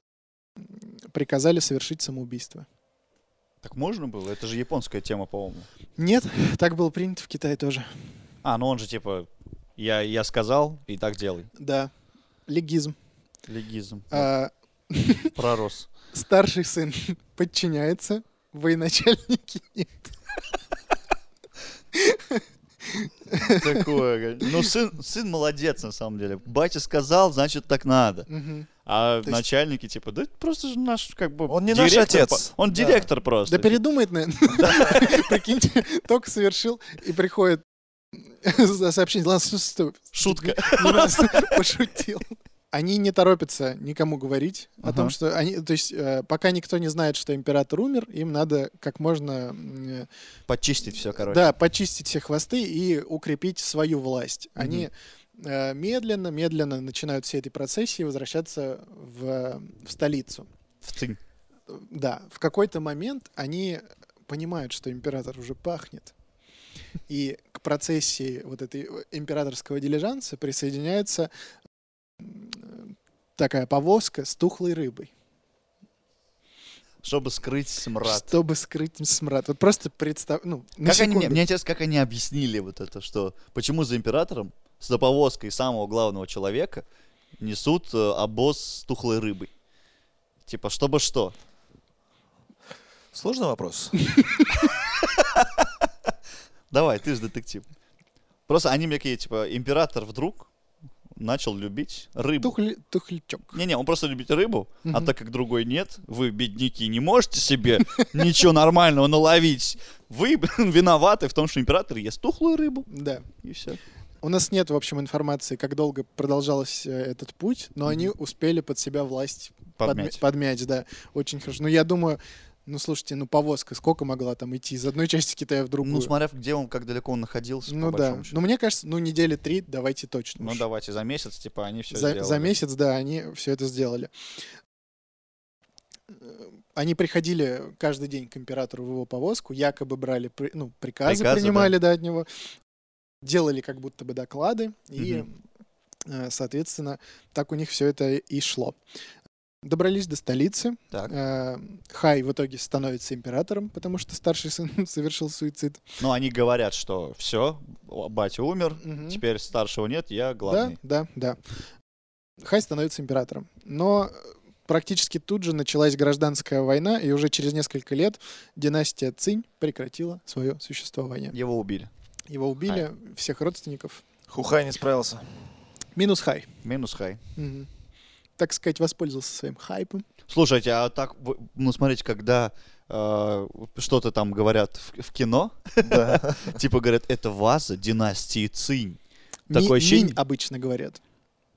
[SPEAKER 1] м, приказали совершить самоубийство.
[SPEAKER 3] Так можно было? Это же японская тема, по-моему.
[SPEAKER 1] Нет, так было принято в Китае тоже.
[SPEAKER 3] А, ну он же типа, я, я сказал, и так делай.
[SPEAKER 1] Да, легизм.
[SPEAKER 3] Легизм.
[SPEAKER 1] А,
[SPEAKER 3] Пророс.
[SPEAKER 1] Старший сын подчиняется, военачальники нет.
[SPEAKER 3] Такое. га- Ну, сын, сын молодец, на самом деле. Батя сказал, значит, так надо. А
[SPEAKER 1] есть-
[SPEAKER 3] начальники, типа, да это просто же наш, как бы...
[SPEAKER 2] Он не наш
[SPEAKER 3] директор
[SPEAKER 2] отец.
[SPEAKER 3] по- Он
[SPEAKER 2] Да.
[SPEAKER 3] директор просто.
[SPEAKER 1] Да передумает, наверное. Прикиньте, только совершил и приходит сообщение. Ладно, стой, стой,
[SPEAKER 3] Шутка.
[SPEAKER 1] не надо, пошутил. Они не торопятся никому говорить о том,
[SPEAKER 3] Ага.
[SPEAKER 1] что они, то есть, э, пока никто не знает, что император умер, им надо как можно м,
[SPEAKER 3] Типа, Почистить все, короче.
[SPEAKER 1] Да, почистить все хвосты и укрепить свою власть. Они э, медленно, медленно начинают все этой процессии возвращаться в, э, в столицу.
[SPEAKER 3] В цинь.
[SPEAKER 1] Да, в какой-то момент они понимают, что император уже пахнет. И к процессии вот этой э, императорского дилижанса присоединяется м, такая повозка с тухлой рыбой,
[SPEAKER 3] Чтобы скрыть смрад.
[SPEAKER 1] чтобы скрыть смрад. Вот просто представь, ну, на
[SPEAKER 3] Как они, мне,
[SPEAKER 1] секунду.
[SPEAKER 3] мне интересно, как они объяснили вот это, что почему за императором с доповозкой самого главного человека несут э, обоз с тухлой рыбой? Типа, чтобы что?
[SPEAKER 2] Сложный вопрос.
[SPEAKER 3] Давай, ты же детектив. Просто они мне такие, типа, император вдруг начал любить рыбу.
[SPEAKER 1] Тухль- тухлячок.
[SPEAKER 3] Не-не, он просто любит рыбу, а
[SPEAKER 1] Мгм.
[SPEAKER 3] так как другой нет, вы, бедняки, не можете себе ничего нормального наловить. Вы блин, виноваты в том, что император ест тухлую рыбу,
[SPEAKER 1] Да.
[SPEAKER 3] и все.
[SPEAKER 1] У нас нет, в общем, информации, как долго продолжался этот путь, но они успели под себя власть подмя-
[SPEAKER 3] Подмять.
[SPEAKER 1] подмять, да, очень хорошо. Но я думаю, Ну, слушайте, ну повозка сколько могла там идти из одной части Китая в другую?
[SPEAKER 3] Ну, смотря где он, как далеко он находился,
[SPEAKER 1] Ну
[SPEAKER 3] по
[SPEAKER 1] да.
[SPEAKER 3] большому счету.
[SPEAKER 1] Ну, мне кажется, ну, недели три давайте точно.
[SPEAKER 3] Ну,
[SPEAKER 1] уж.
[SPEAKER 3] давайте, за месяц, типа, они все
[SPEAKER 1] за, за месяц, да, они все это сделали. Э, Они приходили каждый день к императору в его повозку, якобы брали при- ну, приказы,
[SPEAKER 3] Приказы,
[SPEAKER 1] принимали да. от него, делали как будто бы доклады, и,
[SPEAKER 3] Мгм.
[SPEAKER 1] э, соответственно, так у них все это и шло. Добрались до столицы.
[SPEAKER 3] Так.
[SPEAKER 1] Э, Хай в итоге становится императором, потому что старший сын совершил суицид.
[SPEAKER 3] Ну, они говорят, что все, батя умер,
[SPEAKER 1] Мгм.
[SPEAKER 3] теперь старшего нет, я главный.
[SPEAKER 1] Да, да, да. Хай становится императором. Но э, практически тут же началась гражданская война, и уже через несколько лет династия Цинь прекратила свое существование.
[SPEAKER 3] Его убили.
[SPEAKER 1] Его убили, всех родственников.
[SPEAKER 2] Хухай не справился.
[SPEAKER 1] Минус Хай.
[SPEAKER 3] Минус хай.
[SPEAKER 1] Мгм. Так сказать, воспользовался своим хайпом.
[SPEAKER 3] Слушайте, а так, вы- ну смотрите, когда э, что-то там говорят в, в кино, типа говорят, это ваза династии Цинь,
[SPEAKER 1] Ми-
[SPEAKER 3] Такое ощущение-
[SPEAKER 1] Минь обычно говорят.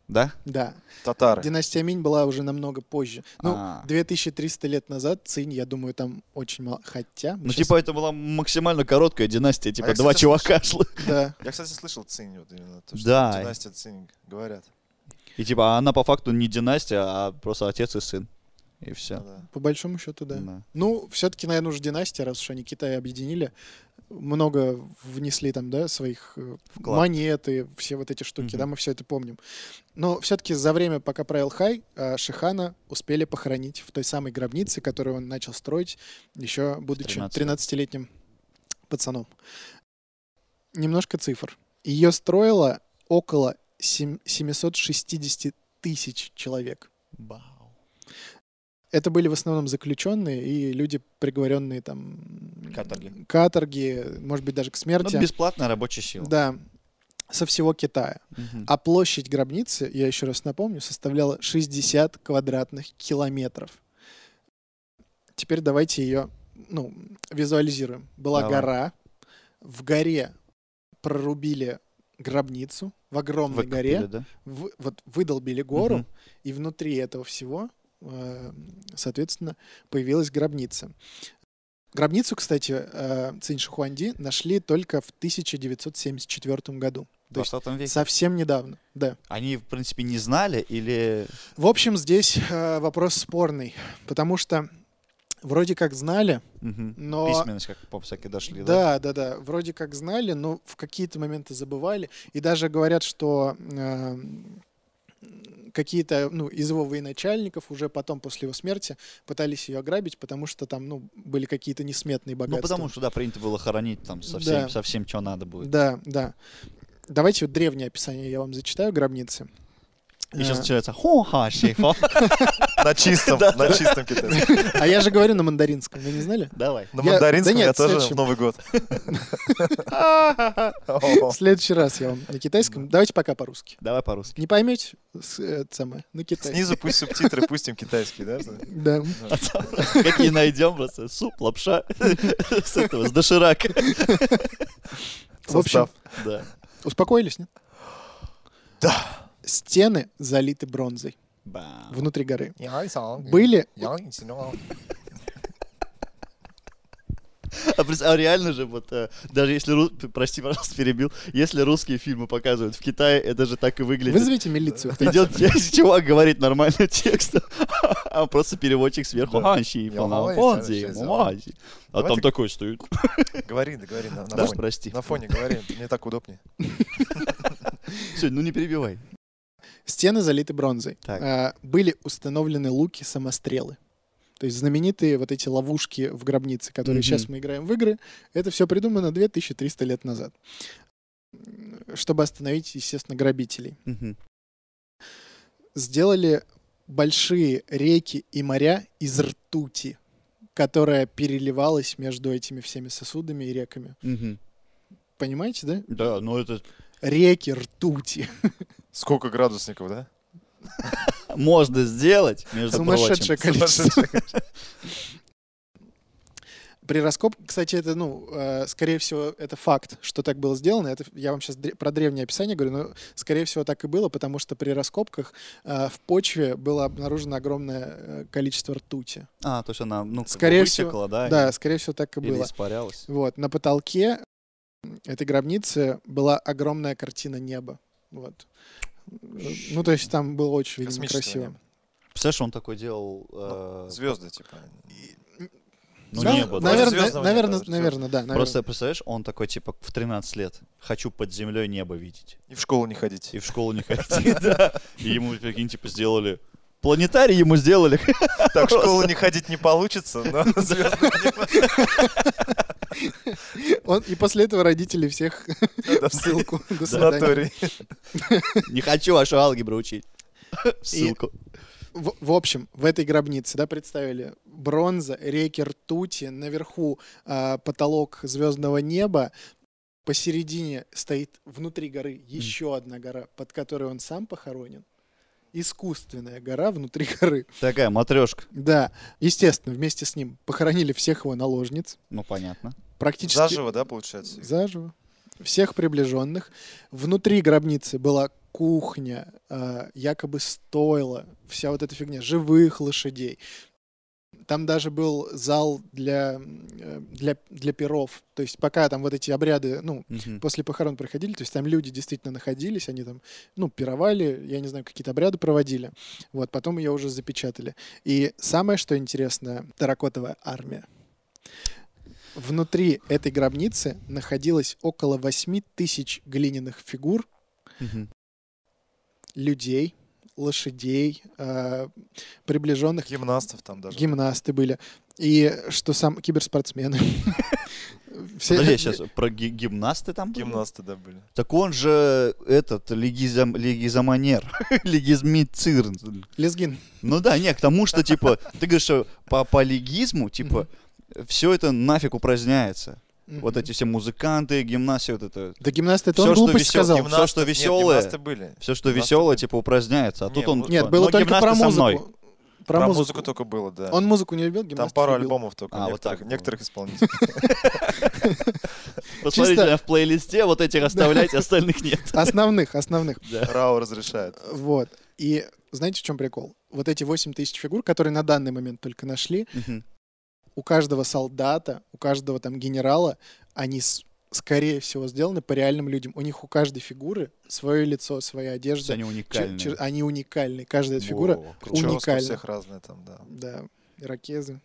[SPEAKER 3] да?
[SPEAKER 1] Да.
[SPEAKER 2] Татары.
[SPEAKER 1] Династия Минь была уже намного позже. Ну,
[SPEAKER 3] А.
[SPEAKER 1] 2300 лет назад Цинь, я думаю, там очень мало. Хотя... мы
[SPEAKER 3] Ну
[SPEAKER 1] щас-
[SPEAKER 3] типа это была максимально короткая династия,
[SPEAKER 1] А
[SPEAKER 3] типа
[SPEAKER 2] я,
[SPEAKER 3] два
[SPEAKER 2] кстати,
[SPEAKER 3] чувака шло.
[SPEAKER 1] Да.
[SPEAKER 2] Я, кстати, слышал цинь вот именно. То, что
[SPEAKER 3] Да.
[SPEAKER 2] Династия цинь, говорят.
[SPEAKER 3] И типа а она по факту не династия, а просто отец и сын. И все.
[SPEAKER 2] Да.
[SPEAKER 1] По большому счету, да. Ну, все-таки, наверное, уже династия, раз уж они Китай объединили, много внесли там, да, своих э,
[SPEAKER 3] Вклад.
[SPEAKER 1] монеты, все вот эти штуки,
[SPEAKER 3] Мгм.
[SPEAKER 1] да, мы все это помним. Но все-таки за время, пока правил Хай, э, Шихана успели похоронить в той самой гробнице, которую он начал строить, еще будучи
[SPEAKER 3] 13 лет.
[SPEAKER 1] 13-летним пацаном. Немножко цифр. Ее строило около сем- 760 тысяч человек. Это были в основном заключенные и люди, приговоренные там...
[SPEAKER 3] Каторги.
[SPEAKER 1] Каторги, может быть, даже к смерти.
[SPEAKER 3] Ну, бесплатная рабочая сила.
[SPEAKER 1] Да, со всего Китая.
[SPEAKER 3] Мгм.
[SPEAKER 1] А площадь гробницы, я еще раз напомню, составляла 60 квадратных километров. Теперь давайте ее ну, визуализируем. Была
[SPEAKER 3] Давай.
[SPEAKER 1] гора. В горе прорубили гробницу в огромной
[SPEAKER 3] Выкопали,
[SPEAKER 1] горе.
[SPEAKER 3] да?
[SPEAKER 1] В- вот выдолбили гору,
[SPEAKER 3] Мгм.
[SPEAKER 1] и внутри этого всего, э, соответственно, появилась гробница. Гробницу, кстати, э, Цинь Шихуанди нашли только в 1974 году.
[SPEAKER 3] В
[SPEAKER 1] То есть
[SPEAKER 3] 20 веке.
[SPEAKER 1] совсем недавно, да.
[SPEAKER 3] Они, в принципе, не знали или...
[SPEAKER 1] В общем, здесь э, вопрос спорный, потому что вроде как знали,
[SPEAKER 3] Мгм.
[SPEAKER 1] но...
[SPEAKER 3] Письменность, как по всякие дошли, да?
[SPEAKER 1] Да, да, да. Вроде как знали, но в какие-то моменты забывали. И даже говорят, что э, какие-то ну, из его военачальников уже потом, после его смерти, пытались ее ограбить, потому что там ну, были какие-то несметные
[SPEAKER 3] Ну,
[SPEAKER 1] богатства.
[SPEAKER 3] потому что, да, принято было хоронить там со всем,
[SPEAKER 1] Да.
[SPEAKER 3] со всем, что надо будет.
[SPEAKER 1] Да, да. Давайте вот древнее описание я вам зачитаю гробницы.
[SPEAKER 3] И сейчас
[SPEAKER 1] Э,
[SPEAKER 3] начинается «Хо-ха, шейфа».
[SPEAKER 2] На чистом, на чистом китайском.
[SPEAKER 1] а я же говорю на мандаринском, вы не знали?
[SPEAKER 3] Давай.
[SPEAKER 2] На
[SPEAKER 1] Я-
[SPEAKER 2] мандаринском
[SPEAKER 1] да нет,
[SPEAKER 2] я тоже
[SPEAKER 1] следующим.
[SPEAKER 2] в Новый год.
[SPEAKER 1] В
[SPEAKER 2] О,
[SPEAKER 1] следующий раз я вам на китайском. Давайте пока по-русски.
[SPEAKER 3] Давай по-русски.
[SPEAKER 1] Не поймете, с- э, это самое, на китайском.
[SPEAKER 2] Снизу пусть субтитры, пустим китайские, да?
[SPEAKER 1] Да.
[SPEAKER 3] Какие найдем просто? Суп, лапша с этого, с доширака.
[SPEAKER 1] В общем,
[SPEAKER 2] Состав.
[SPEAKER 3] Да.
[SPEAKER 1] Успокоились, нет? Да. Стены залиты бронзой
[SPEAKER 3] Бам.
[SPEAKER 1] внутри горы.
[SPEAKER 2] Были?
[SPEAKER 1] Были...
[SPEAKER 3] А прис- а реально же, вот, э, даже если, ру- прости, пожалуйста, перебил, если русские фильмы показывают в Китае, это же так и выглядит.
[SPEAKER 1] Вызовите милицию.
[SPEAKER 3] Идет чувак, говорит нормальный текст, а просто переводчик сверху.
[SPEAKER 2] Да.
[SPEAKER 3] «Хан Ши,
[SPEAKER 2] Я
[SPEAKER 3] фан,
[SPEAKER 2] молодец,
[SPEAKER 3] фан,
[SPEAKER 2] я
[SPEAKER 3] зи,
[SPEAKER 2] сейчас
[SPEAKER 3] мама, зи». А
[SPEAKER 2] Давайте-
[SPEAKER 3] там такой стоит.
[SPEAKER 2] Говори, да говори, на, на
[SPEAKER 3] Да,
[SPEAKER 2] фоне.
[SPEAKER 3] прости.
[SPEAKER 2] На фоне говори, мне так удобнее.
[SPEAKER 3] Все, ну не перебивай.
[SPEAKER 1] Стены залиты бронзой.
[SPEAKER 3] Так.
[SPEAKER 1] А, Были установлены луки-самострелы. То есть знаменитые вот эти ловушки в гробнице, которые
[SPEAKER 3] Мгм.
[SPEAKER 1] сейчас мы играем в игры, это все придумано 2300 лет назад, М, чтобы остановить, естественно, грабителей.
[SPEAKER 3] Мгм.
[SPEAKER 1] Сделали большие реки и моря из ртути, которая переливалась между этими всеми сосудами и реками.
[SPEAKER 3] Мгм.
[SPEAKER 1] Понимаете, да?
[SPEAKER 3] Да, ну это
[SPEAKER 1] Реки, ртути.
[SPEAKER 2] Сколько градусников, да?
[SPEAKER 3] можно сделать, между прочим.
[SPEAKER 1] Сумасшедшее количество. При раскоп, кстати, это, ну, э, скорее всего, это факт, что так было сделано. Это, я вам сейчас дре- про древнее описание говорю, но, скорее всего, так и было, потому что при раскопках э, в почве было обнаружено огромное э, количество ртути.
[SPEAKER 3] А, то есть она, ну, как бы
[SPEAKER 1] Скорее всего,
[SPEAKER 3] вытекла, да?
[SPEAKER 1] Да, скорее всего, так и
[SPEAKER 3] Или
[SPEAKER 1] было.
[SPEAKER 3] испарялась.
[SPEAKER 1] Вот, на потолке этой гробницы была огромная картина неба. Вот. Ну, то есть там было очень видимо,
[SPEAKER 2] Космического
[SPEAKER 1] красиво.
[SPEAKER 2] неба.
[SPEAKER 3] Представляешь, он такой делал... э,
[SPEAKER 2] Звезды, типа.
[SPEAKER 3] Ну,
[SPEAKER 1] Зна-
[SPEAKER 3] небо, да.
[SPEAKER 1] Наверное,
[SPEAKER 2] Звездного неба,
[SPEAKER 1] наверное,
[SPEAKER 2] звезд-
[SPEAKER 1] наверное, да. наверное.
[SPEAKER 3] Просто, представляешь, он такой, типа, в 13 лет. Хочу под землей небо видеть.
[SPEAKER 2] И в школу не ходить.
[SPEAKER 3] И в школу не ходить, да. И ему какие-нибудь, типа, сделали... Планетарий ему сделали.
[SPEAKER 2] Так в школу не ходить не получится, но звезды
[SPEAKER 1] Он, и после этого родители всех
[SPEAKER 2] да,
[SPEAKER 1] в ссылку. До
[SPEAKER 2] в
[SPEAKER 1] свидания.
[SPEAKER 2] натуре.
[SPEAKER 3] Не хочу вашу алгебру учить. Ссылку.
[SPEAKER 1] В, в общем, в этой гробнице, да, представили бронза, реки ртути, наверху а, потолок звездного неба, посередине стоит внутри горы еще одна гора, под которой он сам похоронен. Искусственная гора внутри горы.
[SPEAKER 3] Такая матрешка.
[SPEAKER 1] Да, естественно, вместе с ним похоронили всех его наложниц,
[SPEAKER 3] Ну, понятно.
[SPEAKER 1] практически
[SPEAKER 2] Заживо, да, получается?
[SPEAKER 1] Заживо. Всех приближенных. Внутри гробницы была кухня, э, якобы стойло, вся вот эта фигня, живых лошадей. Там даже был зал для, э, для, для перов. То есть пока там вот эти обряды, ну,
[SPEAKER 3] Мгм.
[SPEAKER 1] после похорон проходили, то есть там люди действительно находились, они там, ну, пировали, я не знаю, какие-то обряды проводили. Вот, потом ее уже запечатали. И самое, что интересно, терракотовая армия. Внутри этой гробницы находилось около 8 тысяч глиняных фигур,
[SPEAKER 3] Мгм.
[SPEAKER 1] людей, лошадей, э, приближенных.
[SPEAKER 2] Гимнастов там даже.
[SPEAKER 1] Гимнасты были. И что сам киберспортсмены. Все-
[SPEAKER 3] Подожди, сейчас про ги- гимнасты там? были?
[SPEAKER 2] Гимнасты, да, были.
[SPEAKER 3] Так он же этот легизам, легизамонер, легизмицир.
[SPEAKER 1] Лезгин.
[SPEAKER 3] Ну да, не, к тому, что типа, ты говоришь, что по, по легизму, типа, все это нафиг упраздняется. Вот
[SPEAKER 1] Мгм.
[SPEAKER 3] эти все музыканты, гимнасты, вот это.
[SPEAKER 1] Да гимнасты, это он
[SPEAKER 3] Всё, что
[SPEAKER 1] глупость
[SPEAKER 3] весёло,
[SPEAKER 1] сказал.
[SPEAKER 3] гимна- Всё, что
[SPEAKER 2] Гимнастов- нет,
[SPEAKER 3] весёлое.
[SPEAKER 2] Гимнасты были.
[SPEAKER 3] Все, что
[SPEAKER 2] Гимнасты
[SPEAKER 3] веселое,
[SPEAKER 2] были.
[SPEAKER 3] типа, упраздняется. А
[SPEAKER 2] Не,
[SPEAKER 3] тут он...
[SPEAKER 2] вот-
[SPEAKER 1] Нет,
[SPEAKER 3] типа,
[SPEAKER 1] было
[SPEAKER 3] «Ну,
[SPEAKER 1] только
[SPEAKER 3] гимнасты
[SPEAKER 1] про
[SPEAKER 3] со мной».
[SPEAKER 1] музыку. Про,
[SPEAKER 2] Про
[SPEAKER 1] музыку.
[SPEAKER 2] музыку только было, да.
[SPEAKER 1] Он музыку не любил,
[SPEAKER 2] Там
[SPEAKER 1] гимнастику
[SPEAKER 2] пару
[SPEAKER 1] любил.
[SPEAKER 2] альбомов только,
[SPEAKER 3] А, вот
[SPEAKER 2] некоторых-
[SPEAKER 3] так вот.
[SPEAKER 2] некоторых исполнителей.
[SPEAKER 3] Посмотрите,
[SPEAKER 1] Чисто-
[SPEAKER 3] а в плейлисте вот этих оставлять, остальных нет.
[SPEAKER 1] Основных, основных.
[SPEAKER 2] Рао разрешает.
[SPEAKER 1] Вот. И знаете, в чем прикол? Вот эти 8 тысяч фигур, которые на данный момент только нашли,
[SPEAKER 3] Мгм.
[SPEAKER 1] у каждого солдата, у каждого там генерала, они, с- скорее всего, сделаны по реальным людям. У них у каждой фигуры свое лицо, своя
[SPEAKER 3] То есть
[SPEAKER 1] одежда.
[SPEAKER 3] Они
[SPEAKER 1] Чер-
[SPEAKER 3] уникальные.
[SPEAKER 1] чер- Они уникальны. Каждая эта
[SPEAKER 3] Во,
[SPEAKER 1] фигура,
[SPEAKER 3] круто.
[SPEAKER 2] Прическа у
[SPEAKER 1] Уникально.
[SPEAKER 2] всех разная там, да.
[SPEAKER 1] да, ирокезы.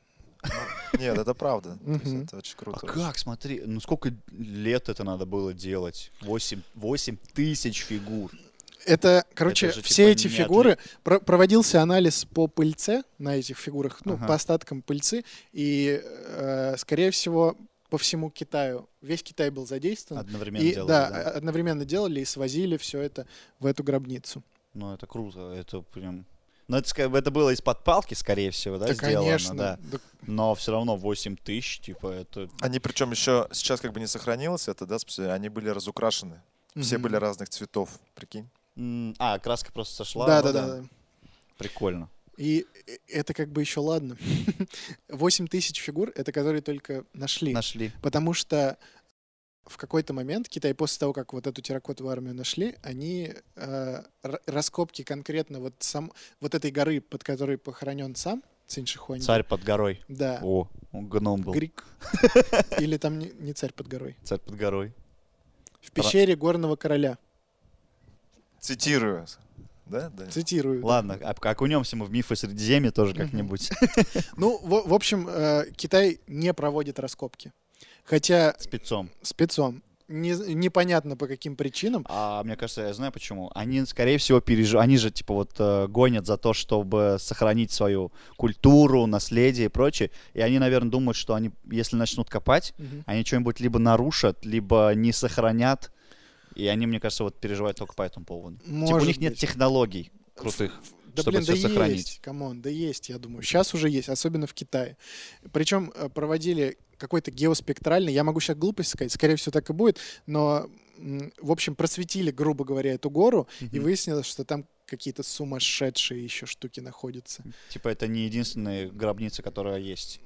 [SPEAKER 2] Нет, это правда. То есть
[SPEAKER 1] Мгм.
[SPEAKER 2] Это очень
[SPEAKER 3] А
[SPEAKER 2] круто.
[SPEAKER 3] как, смотри, ну сколько лет это надо было делать? 8, тысяч фигур.
[SPEAKER 1] Это, короче,
[SPEAKER 3] Это же,
[SPEAKER 1] все
[SPEAKER 3] типа,
[SPEAKER 1] эти
[SPEAKER 3] не
[SPEAKER 1] фигуры... про- проводился анализ по пыльце на этих фигурах, ну,
[SPEAKER 3] Ага.
[SPEAKER 1] по остаткам пыльцы, и, э, скорее всего, по всему Китаю. Весь Китай был задействован.
[SPEAKER 3] Одновременно
[SPEAKER 1] Ну, И,
[SPEAKER 3] делали,
[SPEAKER 1] да, э,
[SPEAKER 3] да?
[SPEAKER 1] о- одновременно делали и свозили все это в эту гробницу.
[SPEAKER 3] Ну, это круто, это прям... Ну, это, ска- это было из-под палки, скорее всего, да,
[SPEAKER 1] да,
[SPEAKER 3] сделано,
[SPEAKER 1] конечно.
[SPEAKER 3] да.
[SPEAKER 1] Да,
[SPEAKER 3] Но все равно 8 тысяч, типа, это...
[SPEAKER 2] Они причем еще сейчас как бы не сохранилось это, да, спустя- они были разукрашены. Все
[SPEAKER 1] мгм.
[SPEAKER 2] были разных цветов, прикинь.
[SPEAKER 3] М, А, краска просто сошла.
[SPEAKER 1] Да, да,
[SPEAKER 3] ну
[SPEAKER 1] да, да.
[SPEAKER 3] Прикольно.
[SPEAKER 1] И э, это как бы еще ладно. 8 тысяч фигур, это которые только нашли.
[SPEAKER 3] Нашли.
[SPEAKER 1] Потому что в какой-то момент Китай, после того, как вот эту терракотовую армию нашли, они э, р- раскопки конкретно вот, сам, вот этой горы, под которой похоронен сам Цинь Шихуань.
[SPEAKER 3] Царь под горой.
[SPEAKER 1] Да.
[SPEAKER 3] О, он гном был.
[SPEAKER 1] Грик. Или там не, не царь под горой.
[SPEAKER 3] Царь под горой.
[SPEAKER 1] В пещере горного короля.
[SPEAKER 2] Цитирую. Да, да.
[SPEAKER 1] Цитирую.
[SPEAKER 3] Ладно, об- окунемся мы в мифы Средиземья
[SPEAKER 1] Мгм.
[SPEAKER 3] тоже как-нибудь.
[SPEAKER 1] Ну, в, в общем, э, Китай не проводит раскопки. Хотя
[SPEAKER 3] Спецом.
[SPEAKER 1] спецом. Не, непонятно по каким причинам.
[SPEAKER 3] А мне кажется, я знаю почему. Они, скорее всего, пережи... они же, типа, вот э, гонят за то, чтобы сохранить свою культуру, наследие и прочее. И они, наверное, думают, что они, если начнут копать,
[SPEAKER 1] Мгм.
[SPEAKER 3] они что-нибудь либо нарушат, либо не сохранят. И они, мне кажется, вот переживают только по этому поводу. типа, у
[SPEAKER 1] Может
[SPEAKER 3] них нет
[SPEAKER 1] быть.
[SPEAKER 3] технологий крутых.
[SPEAKER 1] Да
[SPEAKER 3] чтобы
[SPEAKER 1] блин,
[SPEAKER 3] всё
[SPEAKER 1] да
[SPEAKER 3] сохранить.
[SPEAKER 1] есть, камон, да есть, я думаю. Сейчас уже есть, особенно в Китае. Причем э, проводили какой-то геоспектральный, я могу сейчас глупость сказать, скорее всего так и будет, но, м, в общем, просветили, грубо говоря, эту гору, и
[SPEAKER 3] Мгм.
[SPEAKER 1] выяснилось, что там какие-то сумасшедшие еще штуки находятся.
[SPEAKER 3] Типа, это не единственная гробница, которая есть.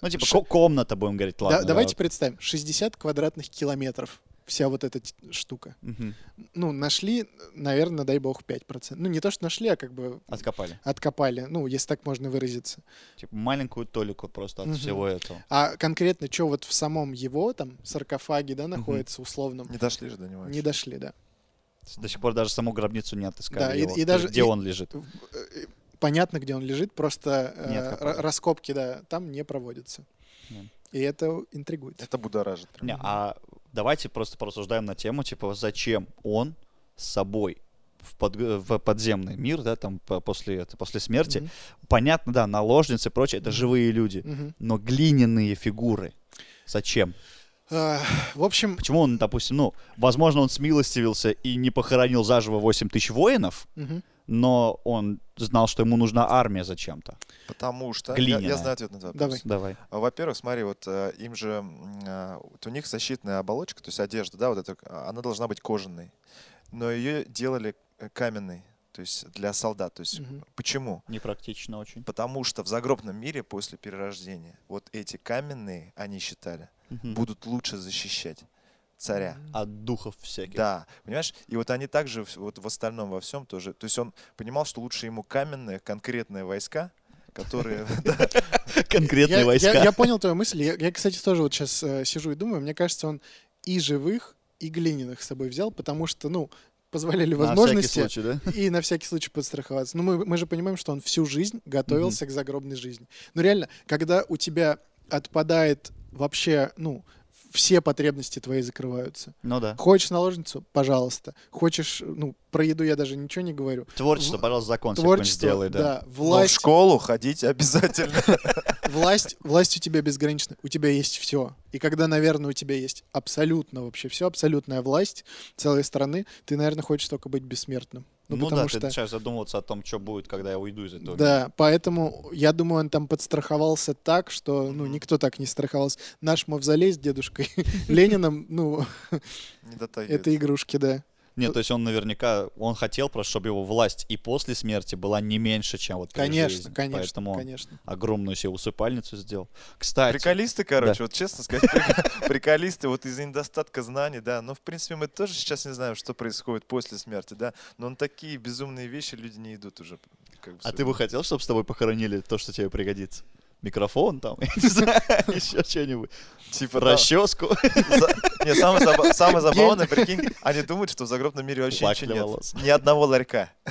[SPEAKER 3] Ну, типа, ко- комната, будем говорить, ладно.
[SPEAKER 1] Да- давайте представим, 60 квадратных километров вся вот эта т- штука.
[SPEAKER 3] Мгм.
[SPEAKER 1] Ну, нашли, наверное, дай бог, 5%. Ну, не то, что нашли, а как бы
[SPEAKER 3] Откопали.
[SPEAKER 1] откопали, ну, если так можно выразиться.
[SPEAKER 3] Типа, маленькую толику просто от
[SPEAKER 1] Мгм.
[SPEAKER 3] всего этого.
[SPEAKER 1] А конкретно, что вот в самом его там саркофаге, да, находится условном,
[SPEAKER 2] Не дошли же до него.
[SPEAKER 1] не
[SPEAKER 2] еще.
[SPEAKER 1] дошли, да.
[SPEAKER 3] До сих пор даже саму гробницу не отыскали
[SPEAKER 1] Да, и-
[SPEAKER 3] его,
[SPEAKER 1] и даже-
[SPEAKER 3] где
[SPEAKER 1] и-
[SPEAKER 3] он лежит.
[SPEAKER 1] Э, понятно, где он лежит, просто э,
[SPEAKER 3] Не
[SPEAKER 1] ра-
[SPEAKER 3] откопали.
[SPEAKER 1] раскопки, да, там не проводятся.
[SPEAKER 3] Да.
[SPEAKER 1] И это интригует.
[SPEAKER 2] Это будоражит. прям.
[SPEAKER 3] Не, а давайте просто порассуждаем на тему, типа, зачем он с собой в, под- э, в подземный мир, да, там по- после, это- после смерти.
[SPEAKER 1] Мгм.
[SPEAKER 3] Понятно, да, наложницы и прочее, это живые люди.
[SPEAKER 1] Мгм.
[SPEAKER 3] Но глиняные фигуры. Зачем?
[SPEAKER 1] Э, В общем,
[SPEAKER 3] Почему он, допустим, ну, возможно, он смилостивился и не похоронил заживо 8 тысяч воинов,
[SPEAKER 1] мгм.
[SPEAKER 3] но он знал, что ему нужна армия зачем-то.
[SPEAKER 2] Потому что... Я,
[SPEAKER 3] Глиняная.
[SPEAKER 2] я знаю ответ на этот вопрос.
[SPEAKER 1] Давай.
[SPEAKER 3] Давай.
[SPEAKER 2] А, Во-первых, смотри, вот э, им же... м, а, вот у них защитная оболочка, то есть одежда, да, вот эта, а, она должна быть кожаной. Но ее делали э, каменной, то есть для солдат. То есть
[SPEAKER 1] Мгм.
[SPEAKER 2] почему?
[SPEAKER 3] Непрактично очень.
[SPEAKER 2] Потому что в загробном мире после перерождения вот эти каменные, они считали, будут лучше защищать царя.
[SPEAKER 3] От духов всяких.
[SPEAKER 2] Да, понимаешь? И вот они также в- вот в остальном во всем тоже. То есть он понимал, что лучше ему каменные конкретные войска, которые да,
[SPEAKER 3] Конкретные
[SPEAKER 1] Я-
[SPEAKER 3] войска.
[SPEAKER 1] Я, я понял твою мысль. Я, я, кстати, тоже вот сейчас сижу и думаю. Мне кажется, он и живых, и глиняных с собой взял, потому что, ну, позволяли
[SPEAKER 3] На всякий
[SPEAKER 1] возможности
[SPEAKER 3] случай, да?
[SPEAKER 1] и на всякий случай подстраховаться. Ну, мы, мы же понимаем, что он всю жизнь готовился к загробной жизни. Но реально, когда у тебя отпадает вообще, ну, все потребности твои закрываются.
[SPEAKER 3] Ну да.
[SPEAKER 1] Хочешь наложницу? Пожалуйста. Хочешь, ну, про еду я даже ничего не говорю.
[SPEAKER 3] Творчество,
[SPEAKER 1] В-
[SPEAKER 3] пожалуйста, закон себе какой-нибудь
[SPEAKER 1] Творчество,
[SPEAKER 3] сделай, да.
[SPEAKER 1] да.
[SPEAKER 2] но в
[SPEAKER 1] Власть,
[SPEAKER 2] школу ходить обязательно.
[SPEAKER 1] власть, власть у тебя безгранична. У тебя есть все. И когда, наверное, у тебя есть абсолютно вообще все, абсолютная власть целой страны, ты, наверное, хочешь только быть бессмертным.
[SPEAKER 3] Ну,
[SPEAKER 1] Ну,
[SPEAKER 3] да,
[SPEAKER 1] потому что...
[SPEAKER 3] ты начинаешь задумываться о том, что будет, когда я уйду из этого. мира.
[SPEAKER 1] Да, поэтому я думаю, он там подстраховался так, что ну
[SPEAKER 2] Мгм.
[SPEAKER 1] никто так не страховался. Наш мавзолей с дедушкой Лениным, ну
[SPEAKER 2] Не дотягивает.
[SPEAKER 1] это игрушки, да.
[SPEAKER 3] Нет, то есть он наверняка, он хотел просто, чтобы его власть и после смерти была не меньше, чем вот при
[SPEAKER 1] Конечно,
[SPEAKER 3] жизни.
[SPEAKER 1] конечно,
[SPEAKER 3] Поэтому он
[SPEAKER 1] конечно.
[SPEAKER 3] огромную себе усыпальницу сделал. Кстати,
[SPEAKER 2] Приколисты, короче, вот честно сказать, прик- приколисты вот из-за недостатка знаний, да, но в принципе мы тоже сейчас не знаем, что происходит после смерти, да, но на такие безумные вещи люди не идут уже. как бы
[SPEAKER 3] а
[SPEAKER 2] с-
[SPEAKER 3] ты бы хотел, чтобы с тобой похоронили то, что тебе пригодится? Микрофон там, я не знаю, еще что-нибудь.
[SPEAKER 2] Типа, да.
[SPEAKER 3] Расческу,
[SPEAKER 2] За- Не, самое, заба- самое забавное, прикинь, они думают, что в загробном мире вообще
[SPEAKER 3] Лак
[SPEAKER 2] ничего
[SPEAKER 3] для
[SPEAKER 2] нет.
[SPEAKER 3] волос.
[SPEAKER 2] Ни одного ларька.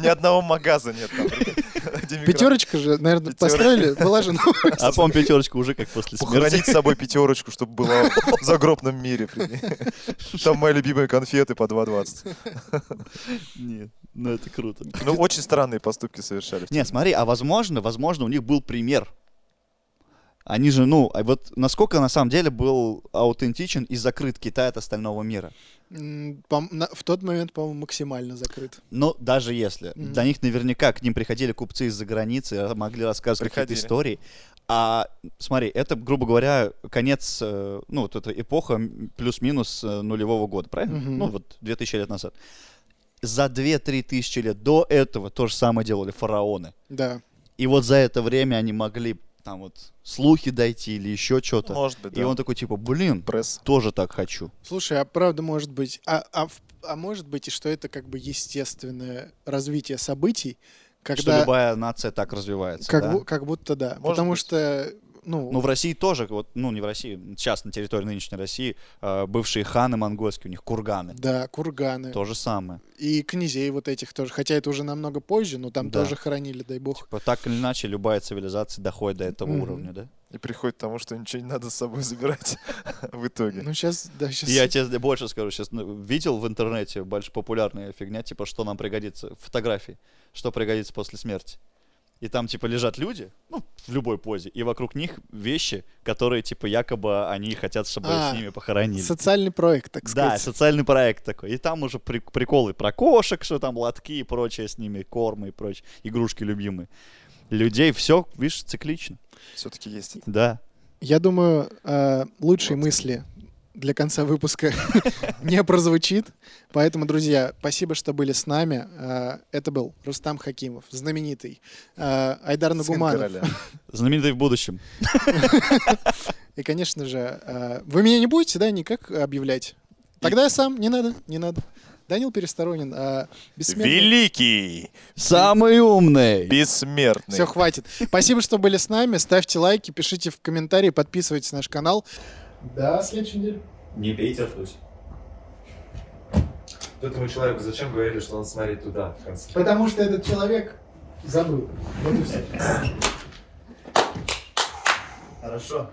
[SPEAKER 2] Ни одного магаза нет там. прикинь, где микро-
[SPEAKER 1] Пятерочка же, наверное,
[SPEAKER 2] Пятёрочка.
[SPEAKER 1] построили, была же ну, новая.
[SPEAKER 3] а по пятерочку уже как после смерти.
[SPEAKER 2] Похоронить с собой пятерочку, чтобы была в загробном мире. прикинь. Там мои любимые конфеты по 2,20.
[SPEAKER 3] Нет, ну это круто.
[SPEAKER 2] Ну, очень странные поступки совершали.
[SPEAKER 3] Нет, смотри, а возможно, возможно, у них был пример. Они же, ну, а вот насколько на самом деле был аутентичен и закрыт Китай от остального мира.
[SPEAKER 1] М, пом- на- В тот момент, по-моему, максимально закрыт.
[SPEAKER 3] Но даже если,
[SPEAKER 1] Мгм.
[SPEAKER 3] до них наверняка к ним приходили купцы из-за границы, ра- могли рассказывать какие-то
[SPEAKER 2] Приходили.
[SPEAKER 3] истории. А смотри, это, грубо говоря, конец, э, ну, вот эта эпоха м, плюс-минус э, нулевого года, правильно?
[SPEAKER 1] Мгм.
[SPEAKER 3] Ну, вот 2000 лет назад. За 2-3 тысячи лет до этого то же самое делали фараоны.
[SPEAKER 1] Да.
[SPEAKER 3] И вот за это время они могли там вот слухи дойти или еще что-то.
[SPEAKER 2] Может быть,
[SPEAKER 3] и он такой типа, блин,
[SPEAKER 2] пресс.
[SPEAKER 3] тоже так хочу.
[SPEAKER 1] Слушай, а правда может быть, а, а, в- а может быть и что это как бы естественное развитие событий,
[SPEAKER 3] Что
[SPEAKER 1] когда
[SPEAKER 3] любая нация так развивается.
[SPEAKER 1] как,
[SPEAKER 3] да?
[SPEAKER 1] бу- как будто да,
[SPEAKER 2] Может
[SPEAKER 1] потому
[SPEAKER 2] быть.
[SPEAKER 1] что ну,
[SPEAKER 3] Ну, в России тоже, вот, ну, не в России, сейчас на территории нынешней России э, бывшие ханы монгольские, у них курганы.
[SPEAKER 1] да, курганы.
[SPEAKER 3] То же самое.
[SPEAKER 1] И князей вот этих тоже. Хотя это уже намного позже, но там
[SPEAKER 3] Да.
[SPEAKER 1] тоже хоронили, дай бог.
[SPEAKER 3] Типа, так или иначе, любая цивилизация доходит до этого
[SPEAKER 1] Мгм.
[SPEAKER 3] уровня, да?
[SPEAKER 2] И приходит к тому, что ничего не надо с собой забирать в итоге.
[SPEAKER 1] Ну, сейчас, да, сейчас.
[SPEAKER 3] Я тебе больше скажу, сейчас ну, видел в интернете больше популярная фигня, типа, что нам пригодится, фотографии, что пригодится после смерти. И там, типа, лежат люди, ну, в любой позе, и вокруг них вещи, которые, типа, якобы они хотят, чтобы
[SPEAKER 1] А,
[SPEAKER 3] с ними похоронили.
[SPEAKER 1] Социальный проект, так
[SPEAKER 3] да,
[SPEAKER 1] сказать.
[SPEAKER 3] социальный проект такой. И там уже при- приколы про кошек, что там лотки и прочее с ними, кормы и прочее, игрушки любимые. Людей все, видишь, циклично.
[SPEAKER 2] Все-таки есть это.
[SPEAKER 3] Да.
[SPEAKER 1] Я думаю, э, лучшие мысли для конца выпуска не прозвучит. Поэтому, друзья, спасибо, что были с нами. Э, Это был Рустам Хакимов, знаменитый э, Айдар
[SPEAKER 2] Сын
[SPEAKER 1] Нагуманов.
[SPEAKER 2] короля.
[SPEAKER 3] Знаменитый в будущем.
[SPEAKER 1] И, конечно же, э, вы меня не будете, да, никак объявлять? Тогда я сам, не надо, не надо. Данил Пересторонин, э, бессмертный.
[SPEAKER 2] Великий,
[SPEAKER 3] Самый умный.
[SPEAKER 2] бессмертный.
[SPEAKER 1] Все, хватит. Спасибо, что были с нами. Ставьте лайки, пишите в комментарии, подписывайтесь на наш канал. До следующей недели.
[SPEAKER 4] Не пейте ртуть. Тут ему человеку зачем говорили, что он смотрит туда, в конце?
[SPEAKER 1] Потому что этот человек забыл. Вот и все.
[SPEAKER 4] Хорошо.